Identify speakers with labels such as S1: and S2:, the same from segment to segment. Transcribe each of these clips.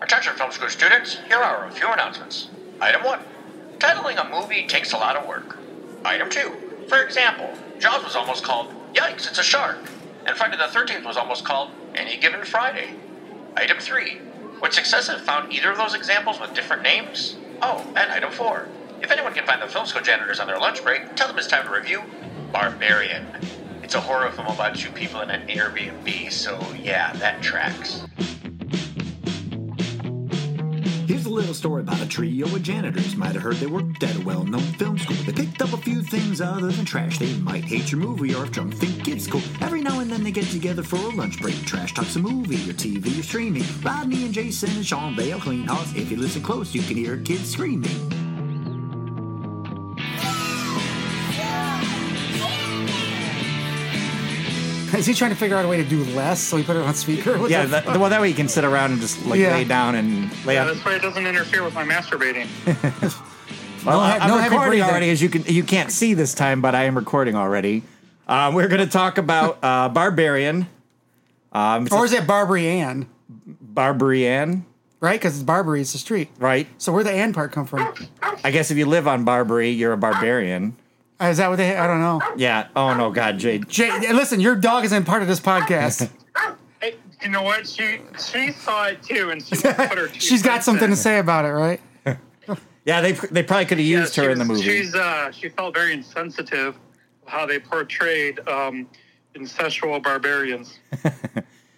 S1: Attention, film school students, here are a few announcements. Item 1 Titling a movie takes a lot of work. Item 2 For example, Jaws was almost called Yikes, it's a Shark, and Friday the 13th was almost called Any Given Friday. Item 3 Would success have found either of those examples with different names? Oh, and item 4 If anyone can find the film school janitors on their lunch break, tell them it's time to review Barbarian. It's a horror film about two people in an Airbnb, so yeah, that tracks.
S2: Here's a little story about a trio of janitors. Might have heard they worked at a well known film school. They picked up a few things other than trash. They might hate your movie or if drunk think it's cool. Every now and then they get together for a lunch break. Trash talks a movie or TV or streaming. Rodney and Jason and Sean, they'll clean house. If you listen close, you can hear kids screaming.
S3: Is he trying to figure out a way to do less? So he put it on speaker. What
S4: Yeah,
S3: the
S4: that,
S3: fuck?
S4: well, that way you can sit around and just like
S3: Yeah.
S4: lay down and lay
S5: Yeah,
S4: out.
S5: that's why it doesn't interfere with my masturbating.
S4: Well,
S3: No
S4: I-
S3: he-
S4: I'm
S3: no heavy
S4: recording
S3: breathing.
S4: already, as you can you can't see this time, but I am recording already. Uh, we're going to talk about uh, Barbarian,
S3: or is it Barbary Ann?
S4: Barbarian,
S3: Right? Because it's Barbary, it's the street.
S4: right?
S3: So where the Ann part come from?
S4: I guess if you live on Barbary, you're a barbarian.
S3: Uh, Is that what they? I don't know.
S4: Yeah. Oh no, God, Jade.
S3: Jay, listen, your dog isn't part of this podcast.
S5: Hey, you know what? She she saw it too, and she put her. two
S3: She's got
S5: cents
S3: something
S5: in.
S3: to say about it, right?
S4: Yeah, they they probably could have
S5: Yeah,
S4: used her in the
S5: she's-
S4: movie.
S5: She's uh, she felt very insensitive how they portrayed um, incestual barbarians.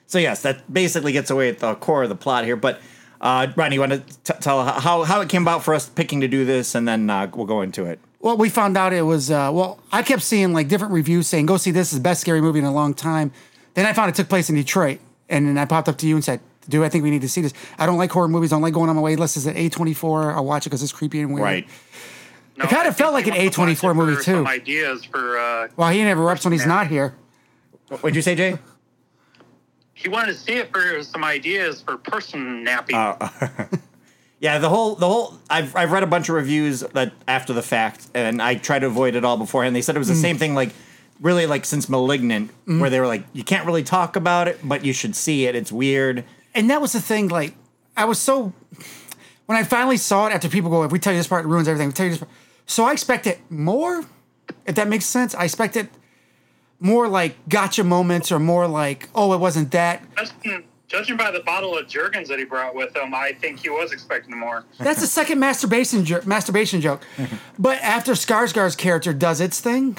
S4: So yes, that basically gets away at the core of the plot here. But uh, Rodney, you want to t- tell how how it came about for us picking to do this, and then uh, we'll go into it.
S3: Well, we found out it was. Uh, well, I kept seeing like different reviews saying, "Go see this is the best scary movie in a long time." Then I found it took place in Detroit, and then I popped up to you and said, "Dude, I think we need to see this. I don't like horror movies. I don't like going on my wait list. Is at A twenty four? I'll watch it because it's creepy and weird."
S4: Right.
S5: No,
S3: It kinda
S5: I think
S3: felt like
S5: she
S3: an
S5: wants to
S3: A24
S5: watch it
S3: movie,
S5: for
S3: too.
S5: Some ideas for uh,
S3: Well, he interrupts when he's not here.
S4: What'd you say, Jay?
S5: he wanted to see it for some ideas for person napping.
S3: Oh.
S4: Yeah, the whole the whole I've I've read a bunch of reviews that after the fact, and I tried to avoid it all beforehand. They said it
S3: Mm.
S4: was the same thing, like really like since Malignant, where they were like, you can't really talk about it, but you should see it. It's weird.
S3: and that was the thing. Like, I was so when I finally saw it after people go, if we tell you this part, it ruins everything. We tell you this part. So I expect it more, if that makes sense. I expect it more like gotcha moments or more like, oh, it wasn't that.
S5: Justin, judging by the bottle of Jergens that he brought with him, I think he was expecting more.
S3: That's the second masturbation jo- masturbation joke. But after Skarsgård's character does its thing,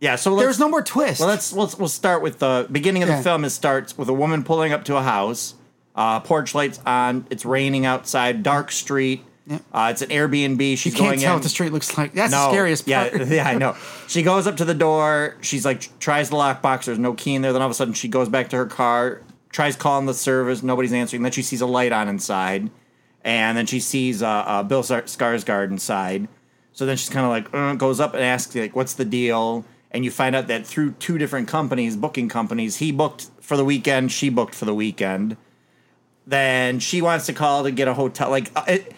S4: Yeah. So let's,
S3: there's no more twist.
S4: Well, let's we'll, we'll start with the beginning of
S3: Yeah.
S4: the film. It starts with a woman pulling up to a house, uh, porch lights on. It's raining outside, dark street. Uh, it's an Airbnb. She's
S3: you can't
S4: going
S3: tell
S4: in.
S3: what the street looks like. That's the scariest part.
S4: Yeah, yeah, I know. She goes up to the door. She's like, tries the lockbox. There's no key in there. Then all of a sudden, she goes back to her car, tries calling the service. Nobody's answering. Then she sees a light on inside, and then she sees uh, uh, Bill Sar- Skarsgård inside. So then she's kind of like, uh, goes up and asks, like, what's the deal? And you find out that through two different companies, booking companies, he booked for the weekend, she booked for the weekend. Then she wants to call to get a hotel. Like, uh, it,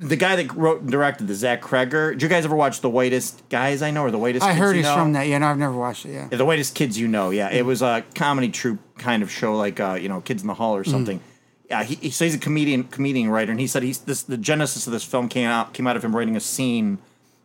S4: the guy that wrote and directed the Zach Kreger. Did you guys ever watch The Whitest Guys I Know or The Whitest?
S3: I
S4: Kids
S3: heard
S4: you
S3: he's
S4: know?
S3: from that. Yeah, no, I've never watched it. Yeah.
S4: Yeah, the Whitest Kids You Know. Yeah,
S3: Mm.
S4: it was a comedy troupe kind of show, like uh, you know, Kids in the Hall or
S3: Mm.
S4: something. Yeah, he, he so he's a comedian, comedian writer, and he said he's this. The genesis of this film came out came out of him writing a scene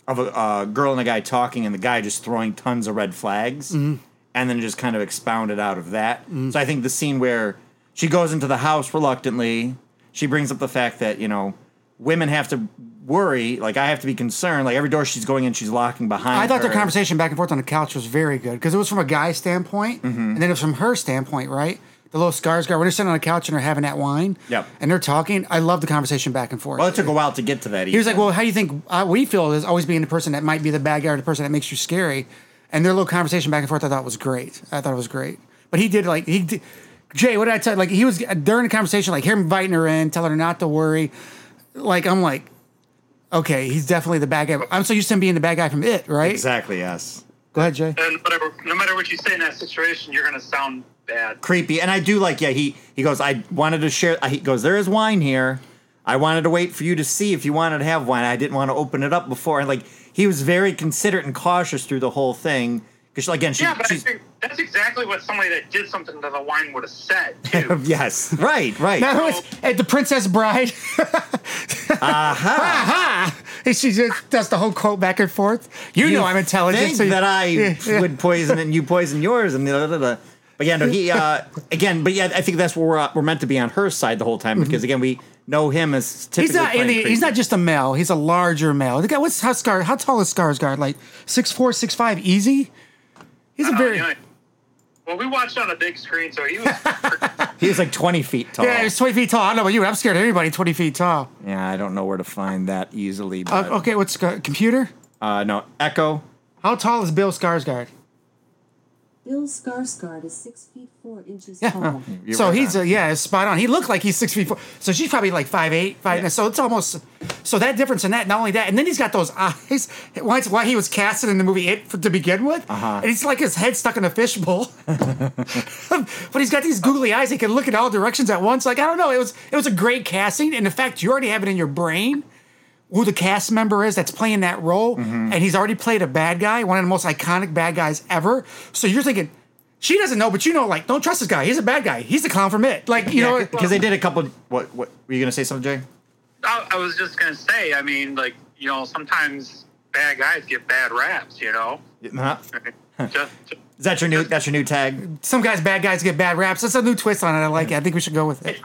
S4: of a uh, girl and a guy talking, and the guy just throwing tons of red flags,
S3: Mm-hmm.
S4: and then just kind of expounded out of that.
S3: Mm.
S4: So I think the scene where she goes into the house reluctantly, she brings up the fact that you know women have to worry, like I have to be concerned, like every door she's going in, she's locking behind.
S3: I thought their
S4: her.
S3: conversation back and forth on the couch was very good because it was from a guy's standpoint,
S4: Mm-hmm.
S3: and then it was from her standpoint, right? The little scars guy when they're sitting on the couch and they're having that wine,
S4: Yep.
S3: and they're talking. I love the conversation back and forth.
S4: Well, it took a while to get to that.
S3: he was like, "Well, how do you think uh, we feel is always being the person that might be the bad guy or the person that makes you scary?" And their little conversation back and forth, I thought was great. I thought it was great. But he did like he did, Jay. What did I tell? you? Like he was during the conversation, like him inviting her in, telling her not to worry. Like I'm like, okay, he's definitely the bad guy. I'm so used to him being the bad guy from it, right?
S4: Exactly, yes.
S3: Go ahead, Jay.
S5: And whatever, no matter what you say in that situation, you're going to sound bad.
S4: Creepy. And I do like, yeah, he, he goes, I wanted to share, he goes, there is wine here. I wanted to wait for you to see if you wanted to have wine. I didn't want to open it up before. And like, he was very considerate and cautious through the whole thing Because she, again, she,
S5: Yeah, but I
S4: she's
S5: think that's exactly what somebody that did something to the wine would have said. Too.
S4: yes, right, right.
S3: Now who is at the Princess Bride?
S4: Aha!
S3: Aha! And she just does the whole quote back and forth. You, know I'm intelligent.
S4: Think
S3: so you-
S4: that I
S3: Yeah, yeah.
S4: would poison it and you poison yours and blah, blah, blah. But yeah, no, he uh, again. But yeah, I think that's where we're, uh, we're meant to be on her side the whole time because again, we know him as typically
S3: Mm-hmm. He's not.
S4: playing
S3: In the, he's
S4: creepy.
S3: not just a male. He's a larger male. The guy. What's how scar? How tall is Skarsgård? Like six four, six five, easy. He's a
S5: Uh,
S3: very.
S5: you know, well, we watched on a big screen, so he was.
S4: He is like twenty feet tall.
S3: Yeah, he's twenty feet tall. I don't know about you, but I'm scared of anybody twenty feet tall.
S4: Yeah, I don't know where to find that easily.
S3: Uh,
S4: But,
S3: okay, what's Scar- computer?
S4: Uh, no, Echo.
S3: How tall is Bill Skarsgård?
S6: Bill Skarsgård is six feet four inches
S3: Yeah.
S6: tall.
S4: You're
S3: so
S4: right
S3: he's
S4: on.
S3: a, yeah, spot on. He looked like he's six feet four. So she's probably like five eight, five
S4: Yeah.
S3: nine. So it's almost so that difference in that. Not only that, and then he's got those eyes. Why, why he was casted in the movie It for, to begin with? Uh-huh. And it's like his head stuck in a fishbowl. but he's got these googly eyes. He can look in all directions at once. Like I don't know. It was it was a great casting, and in fact, you already have it in your brain. Who the cast member is that's playing that role,
S4: Mm-hmm.
S3: and he's already played a bad guy, one of the most iconic bad guys ever. So you're thinking, she doesn't know, but you know, like, don't trust this guy. He's a bad guy. He's the clown from it. Like, you know,
S4: because they did a couple. What? What were you gonna say? Something, Jay?
S5: I, I was just gonna say. I mean, like you know, sometimes bad guys get bad raps. You know,
S4: Huh?
S5: just, just
S4: Is that your new? That's your new tag.
S3: some guys, bad guys get bad raps. That's a new twist on it. I like it. I think we should go with it.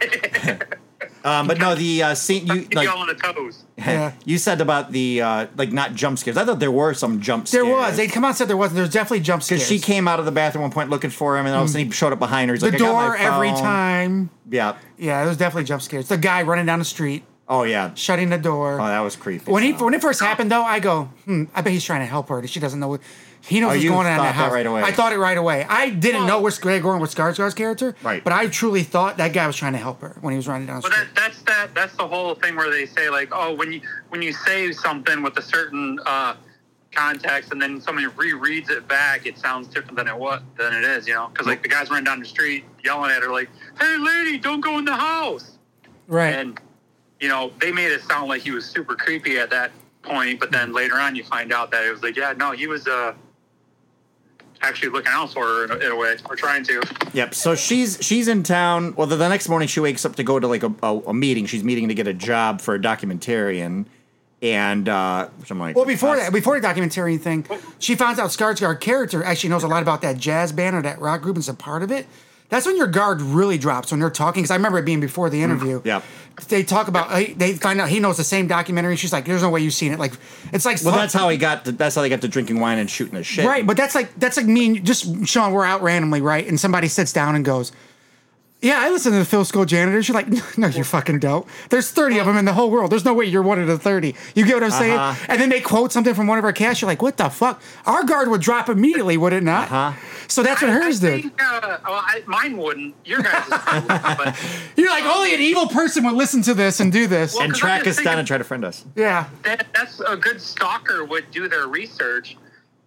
S4: Um, but no, the uh, scene you
S5: keep
S4: like.
S5: you all on the toes.
S3: Yeah.
S4: You said about the uh, like not jump scares. I thought there were some jump
S3: There
S4: scares.
S3: was. They come out and said there wasn't. There was definitely jump scares. Hmm.
S4: because she came out of the bathroom at one point looking for him, and all of a sudden he showed up behind her. He's
S3: the
S4: like, I got
S3: door
S4: my phone.
S3: every time.
S4: Yeah.
S3: Yeah, there was definitely jump scares. The guy running down the street,
S4: Oh yeah.
S3: shutting the door.
S4: Oh, that was creepy.
S3: when he
S4: So-
S3: when it first happened though, I go, hmm, I bet he's trying to help her. She doesn't know what he knows
S4: Oh,
S3: what's
S4: you
S3: going on in
S4: thought
S3: that
S4: that
S3: house.
S4: right away.
S3: I thought it right away. I didn't know where Greg Gordon was Skarsgård's character,
S4: Right.
S3: But I truly thought that guy was trying to help her when he was running down the
S5: Well,
S3: street.
S5: that, that's that. That's the whole thing where they say like, oh, when you when you say something with a certain uh, context, and then somebody rereads it back, it sounds different than it was than it is. You know, because like the guys running down the street yelling at her like, "Hey, lady, don't go in the house!"
S3: right.
S5: And you know, they made it sound like he was super creepy at that point, but then later on, you find out that it was like, yeah, no, he was uh, actually looking out for her in a, in a way, or trying to.
S4: Yep. So she's she's in town. Well, the, the next morning she wakes up to go to like a, a, a meeting. She's meeting to get a job for a documentarian, and uh, which I'm like.
S3: Well, before that, before the documentary thing, she finds out Skarsgård character actually knows a lot about that jazz band or that rock group and's a part of it. That's when your guard really drops when they're talking. Because I remember it being before the interview.
S4: Mm, yeah.
S3: They talk about hey, they find out he knows the same documentary. She's like, "There's no way you've seen it." Like, it's like
S4: Well, that's how he got. To, that's how they got to drinking wine and shooting the shit.
S3: Right, but that's like that's like me and just Sean. We're out randomly, right? And somebody sits down and goes, "Yeah, I listen to the Phil School janitors." You're like, "No, you fucking don't." There's 30 of them in the whole world. There's no way you're one of the 30. You get what I'm saying?
S4: Uh-huh.
S3: And then they quote something from one of our casts. You're like, "What the fuck?" Our guard would drop immediately, would it not?
S4: Uh-huh.
S3: So that's what
S5: I- I
S3: hers did.
S5: think, uh, well, I, mine wouldn't. Your guys' would, but
S3: You're like, only an evil person would listen to this and do this.
S5: Well-
S4: And
S5: 'cause I'm
S4: track us
S5: just
S4: down
S5: thinking-
S4: and try to friend us.
S3: yeah.
S5: that, that's a good stalker would do their research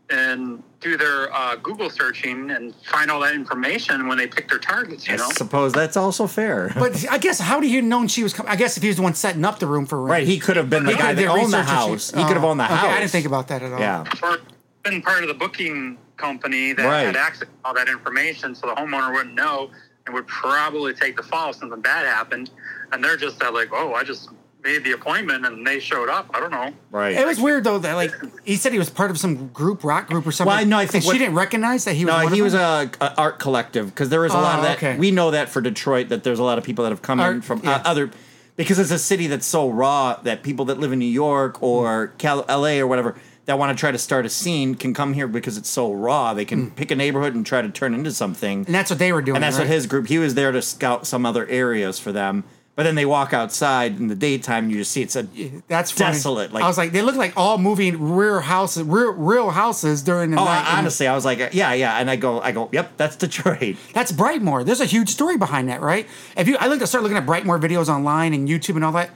S5: and do their uh, Google searching and find all that information when they pick their targets. You
S4: I
S5: know,
S4: suppose that's also fair.
S3: But I guess how do you know she was coming? I guess if he was the one setting up the room for Ren.
S4: right. He could have been the
S3: He could
S4: guy
S3: have
S4: that
S3: did
S4: owned the
S3: research if she- Oh.
S4: house. He could have owned the
S3: Okay,
S4: house.
S3: I didn't think about that at all.
S4: Yeah.
S5: or been part of the booking company that
S4: Right.
S5: had access to all that information, so the homeowner wouldn't know and would probably take the fall if something bad happened. And they're just that like, oh, I just made the appointment and they showed up. I don't know.
S4: Right.
S3: It was weird though that like he said he was part of some group rock group or something.
S4: Well, I know, I think
S3: and
S4: what-
S3: she didn't recognize that he was.
S4: No,
S3: one
S4: he
S3: of
S4: was
S3: them?
S4: a, a art collective because there is a lot of
S3: Oh,
S4: that.
S3: okay.
S4: We know that for Detroit that there's a lot of people that have come in
S3: Art,
S4: from
S3: yeah.
S4: uh, other because it's a city that's so raw that people that live in New York or Cal- L.A. or whatever that want to try to start a scene can come here because it's so raw. They can pick a neighborhood and try to turn into something.
S3: Hmm. and that's what they were doing.
S4: And that's
S3: right?
S4: what his group. He was there to scout some other areas for them. But then they walk outside in the daytime. and You just see it's a
S3: That's funny.
S4: desolate. Like
S3: I was like, they look like all moving rear houses, real real houses during the
S4: oh,
S3: night.
S4: I,
S3: And
S4: honestly, I was like, yeah, yeah. And I go, I go, yep, that's Detroit.
S3: that's Brightmore. There's a huge story behind that, right? If you, I looked, I started looking at Brightmore videos online and YouTube and all that.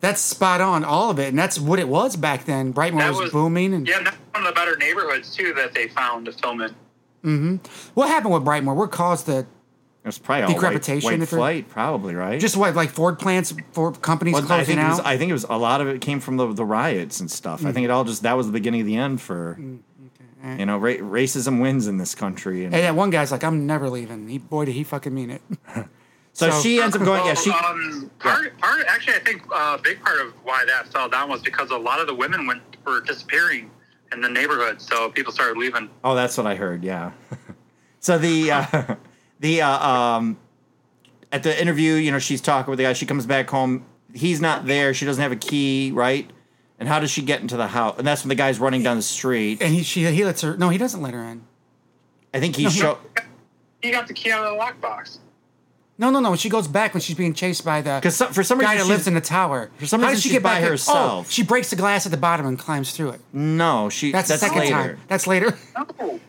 S3: That's spot on, all of it, and that's what it was back then. Brightmore
S5: That
S3: was, booming, and
S5: yeah, that's one of the better neighborhoods too that they found to film in.
S3: what happened with Brightmore? What caused the
S4: It was probably all white-
S3: Decrepitation,
S4: white,
S3: if it-
S4: flight, probably right.
S3: just what like Ford plants, Ford companies
S4: Well, I
S3: closing
S4: think it
S3: out? Mm.
S4: was. I think it was a lot of it came from the, the riots and stuff. I think it all just that was the beginning of the end for. You know, ra- racism wins in this country. And
S3: And that one guy's like, I'm never leaving. He, boy, did he fucking mean it.
S4: so,
S3: so-
S4: she ends up going. Yeah, she.
S5: um, part, part, actually, I think a big part of why that fell down was because a lot of the women went were disappearing in the neighborhood, so people started leaving.
S4: Oh, that's what I heard. Yeah. so the uh, the uh, um, at the interview, you know, she's talking with the guy. She comes back home. He's not there. She doesn't have a key, right? And how does she get into the house? And that's when the guy's running down the street.
S3: And he she he lets her. No, he doesn't let her in.
S4: I think he show.
S5: He got the key out of the lockbox.
S3: No, no, no. When she goes back, when she's being chased by the
S4: 'Cause some- for some
S3: guy
S4: reason
S3: that lives
S4: she's-
S3: in the tower.
S4: for some
S3: How
S4: reason
S3: does she
S4: she's
S3: get
S4: by
S3: back in-
S4: herself.
S3: Oh, she breaks the glass at the bottom and climbs through it.
S4: No, she.
S3: That's,
S4: That's,
S3: the second
S4: later.
S3: time. That's later.
S5: No,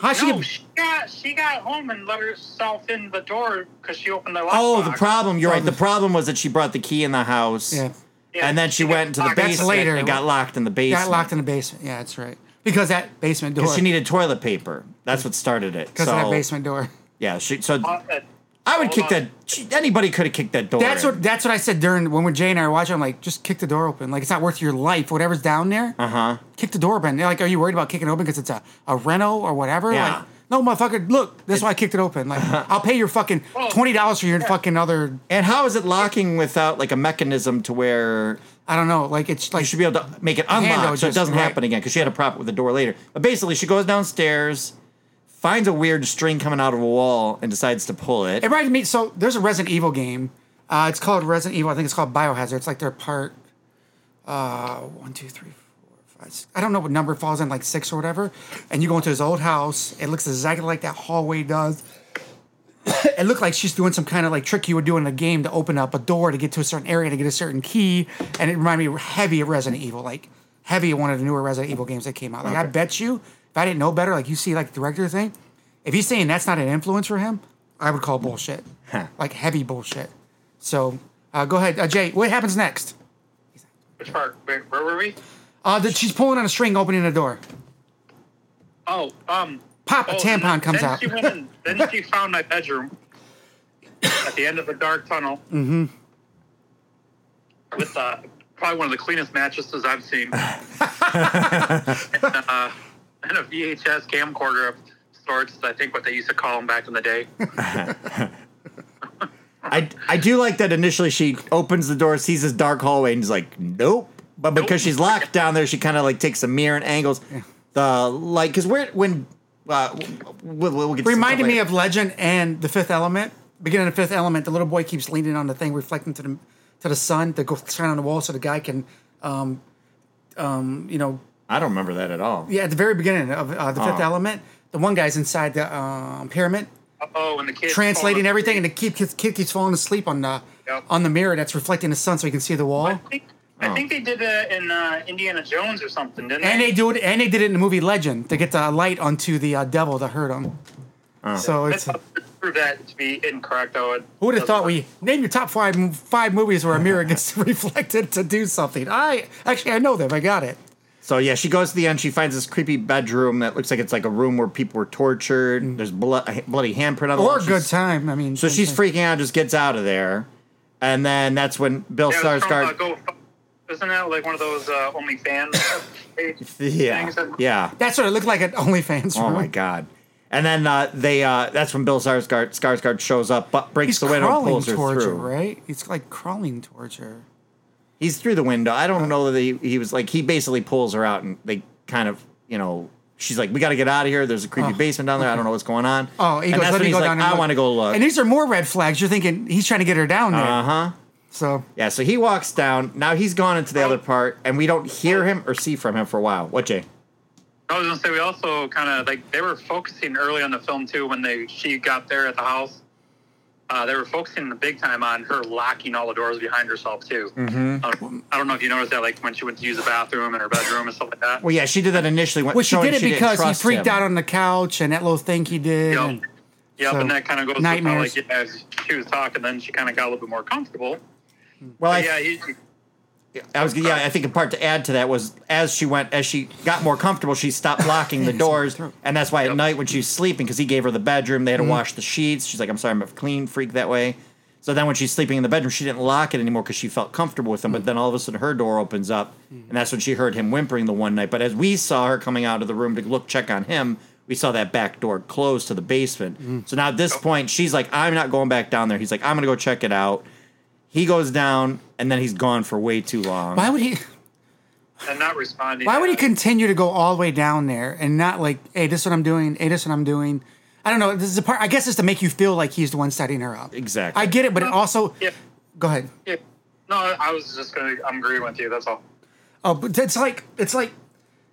S3: How she?
S5: no,
S3: get-
S5: she got she got home and let herself in the door because she opened the lockbox.
S4: Oh, the problem. You're right.
S3: Problem.
S4: The problem was that she brought the key in the house.
S3: Yeah.
S5: Yeah,
S4: and then she
S5: she
S4: went into the
S5: got- that's
S4: basement
S3: later.
S4: and got locked in the basement.
S3: Got locked in the basement. Yeah, that's right. Because that basement door.
S4: because she needed toilet paper. That's what started it.
S3: because
S4: so,
S3: of that basement door.
S4: Yeah. She, so
S5: Uh, that-
S4: I would
S5: Hold
S4: kick
S5: on.
S4: that. she- Anybody could have kicked that door.
S3: That's
S4: in.
S3: what that's what I said during when Jay and I were watching. I'm like, just kick the door open. Like it's not worth your life. Whatever's down there, uh huh.
S4: Uh-huh.
S3: Kick the door open. They're like, are you worried about kicking it open because it's a a reno or whatever?
S4: Yeah.
S3: Like, no, motherfucker. Look, that's why I kicked it open. Like I'll pay your fucking
S5: Well,
S3: twenty dollars for your fucking other.
S4: And how is it locking without like a mechanism to where
S3: I don't know. Like it's like
S4: you should be able to make it
S3: handle
S4: unlock so it
S3: just-
S4: doesn't
S3: right.
S4: happen again? Because she had a problem with the door later. But basically, she goes downstairs, finds a weird string coming out of a wall, and decides to pull it.
S3: It reminds me. So there's a Resident Evil game. Uh, it's called Resident Evil. I think it's called Biohazard. It's like their part. Uh, one, two, three, four, five. Six. I don't know what number it falls in, like six or whatever. And you go into his old house. It looks exactly like that hallway does. it looked like she's doing some kind of like trick you would do in a game to open up a door to get to a certain area to get a certain key. And it reminded me heavy of Resident Evil, like heavy of one of the newer Resident Evil games that came out. Like I bet you, if I didn't know better, like you see like the director thing, if he's saying that's not an influence for him, I would call bullshit, like heavy bullshit. So uh, go ahead, uh, Jay. What happens next?
S5: which part? Where, where were we?
S3: Uh, that she's pulling on a string, opening a door.
S5: Oh, um,
S3: Pop, a
S5: oh,
S3: tampon
S5: then-
S3: comes
S5: then
S3: out.
S5: She went in, then she found my bedroom at the end of a dark tunnel. Mm-hmm. With uh, probably one of the cleanest mattresses I've seen, uh, and a VHS camcorder of sorts. I think what they used to call them back in the day.
S4: I I do like that initially she opens the door, sees this dark hallway, and is like, nope. But because
S5: Nope.
S4: she's locked down there, she kind of like takes a mirror and angles the light. Because where when uh, we'll, we'll get to
S3: Reminded
S4: stuff
S3: me
S4: later.
S3: of Legend and The Fifth Element. Beginning of Fifth Element, the little boy keeps leaning on the thing, reflecting to the to the sun, the go- sun on the wall, so the guy can, um, um, you know,
S4: I don't remember that at all.
S3: yeah. At the very beginning of uh, The Fifth
S4: Oh.
S3: Element, the one guy's inside the um, pyramid,
S5: Oh, and the kids
S3: translating everything, and the kid, kid, kid keeps falling asleep on the
S5: Yep.
S3: on the mirror that's reflecting the sun, so he can see the
S5: I
S3: wall.
S5: think, I think they did that in uh, Indiana Jones or something, didn't
S3: Oh. And
S5: they?
S3: they do it, and they did it in the movie Legend to get the light onto the uh, devil that hurt him. So
S5: They
S3: it's
S5: proved Uh, that to be incorrect. Though. It
S3: Who would have
S5: doesn't
S3: thought
S5: work.
S3: we name your top five five movies where a mirror gets reflected to do something? I actually I know them. I got it.
S4: So yeah, she goes to the end. She finds this creepy bedroom that looks like it's like a room where people were tortured. There's blood, a bloody handprint on the wall.
S3: Mm. Or a good
S4: Oh, She's-
S3: time. I mean,
S4: So she's freaking out, just gets out of there, and then that's when Bill
S5: Yeah, it's from, uh,
S4: Skarsgård.
S5: Go, isn't that like one of those uh, OnlyFans page
S4: yeah,
S5: things? That,
S4: yeah.
S3: That's what it looked like at OnlyFans.
S4: Oh
S3: room.
S4: my god! And then uh, they uh, that's when Bill Skarsgård, Skarsgård shows up, but breaks
S3: He's
S4: the window and
S3: crawling
S4: pulls her
S3: towards her,
S4: through.
S3: right? It's like crawling towards her.
S4: He's through the window. I
S3: Uh.
S4: don't know that he, he was like he basically pulls her out, and they kind of you know she's like we got to get out of here. There's a creepy basement down there. I don't know what's going on.
S3: Oh, he
S4: and
S3: goes, let
S4: that's when
S3: me
S4: he's
S3: go
S4: like
S3: down and
S4: I
S3: look.
S4: want to go look.
S3: And these are more red flags. You're thinking he's trying to get her down there.
S4: uh huh.
S3: So
S4: Yeah, so he walks down. Now he's gone into the other part, and we don't hear him or see from him for a while. What, Jay?
S5: I was gonna say we also kind of like they were focusing early on the film too when they she got there at the house. Uh, they were focusing the big time on her locking all the doors behind herself too. Mm-hmm. I don't know if you noticed that, like when she went to use the bathroom in her bedroom and stuff like that.
S4: Well, yeah, she did that initially. When,
S3: well, she
S4: showing
S3: did it
S4: didn't
S3: because he
S4: trust
S3: freaked
S4: him.
S3: out on the couch and that little thing he did.
S5: Yep.
S3: and-
S5: Yep,
S3: so,
S5: and that kind of goes
S3: nightmares.
S5: to how, like yeah, she was talking, then she kind of got a little bit more comfortable.
S4: Well, I,
S5: But yeah, he,
S4: I was. Yeah, I think a part to add to that was as she went, as she got more comfortable, she stopped locking the doors, and that's why at night when she was sleeping, because he gave her the bedroom, they had to wash the sheets. She's like, "I'm sorry, I'm a clean freak that way." So then when she's sleeping in the bedroom, she didn't lock it anymore because she felt comfortable with him. But then all of a sudden her door opens up, and that's when she heard him whimpering the one night. But as we saw her coming out of the room to look check on him, we saw that back door close to the basement. So now at this point, she's like, I'm not going back down there. He's like, I'm going to go check it out. He goes down, and then he's gone for way too long.
S3: Why would he?
S5: and not responding.
S3: Why would he
S5: to that.
S3: continue to go all the way down there and not like, hey, this is what I'm doing. Hey, this is what I'm doing. I don't know. This is the part. I guess it's to make you feel like he's the one setting her up.
S4: Exactly.
S3: I get it, but it also.
S5: Yeah.
S3: Go ahead.
S5: Yeah. No, I was just gonna. I'm agreeing with you. That's all.
S3: Oh, but it's like it's like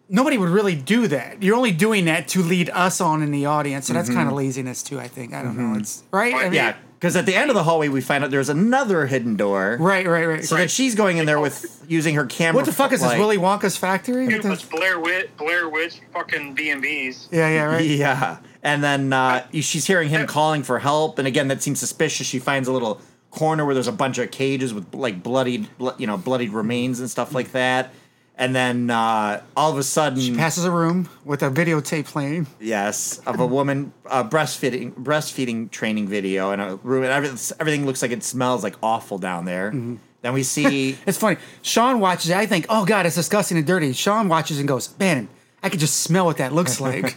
S3: nobody would really do that. You're only doing that to lead us on in the audience, so that's kind of laziness too. I think I don't know. It's right. I mean,
S4: Mm-hmm. yeah, because at the end of the hallway, we find out there's another hidden door.
S3: Right. Right. Right.
S4: So then she's going in there with using her camera.
S3: what the fuck is this
S4: light.
S3: Willy Wonka's factory? What
S5: It
S3: the-
S5: was Blair Witch, Blair Witch, fucking B and B's.
S3: yeah. Yeah. Right.
S4: Yeah, and then uh, she's hearing him calling for help, and again, that seems suspicious. She finds a little corner where there's a bunch of cages with like bloodied, blo- you know, bloodied remains and stuff like that. And then uh, all of a sudden,
S3: Passes a room with a videotape playing.
S4: Yes, of a woman uh, breastfeeding breastfeeding training video in a room, and everything, everything looks like it smells like awful down there.
S3: Mm-hmm.
S4: Then we see
S3: It's funny. Sean watches it. I think, oh god, it's disgusting and dirty. Sean watches and goes, man, I could just smell what that looks like.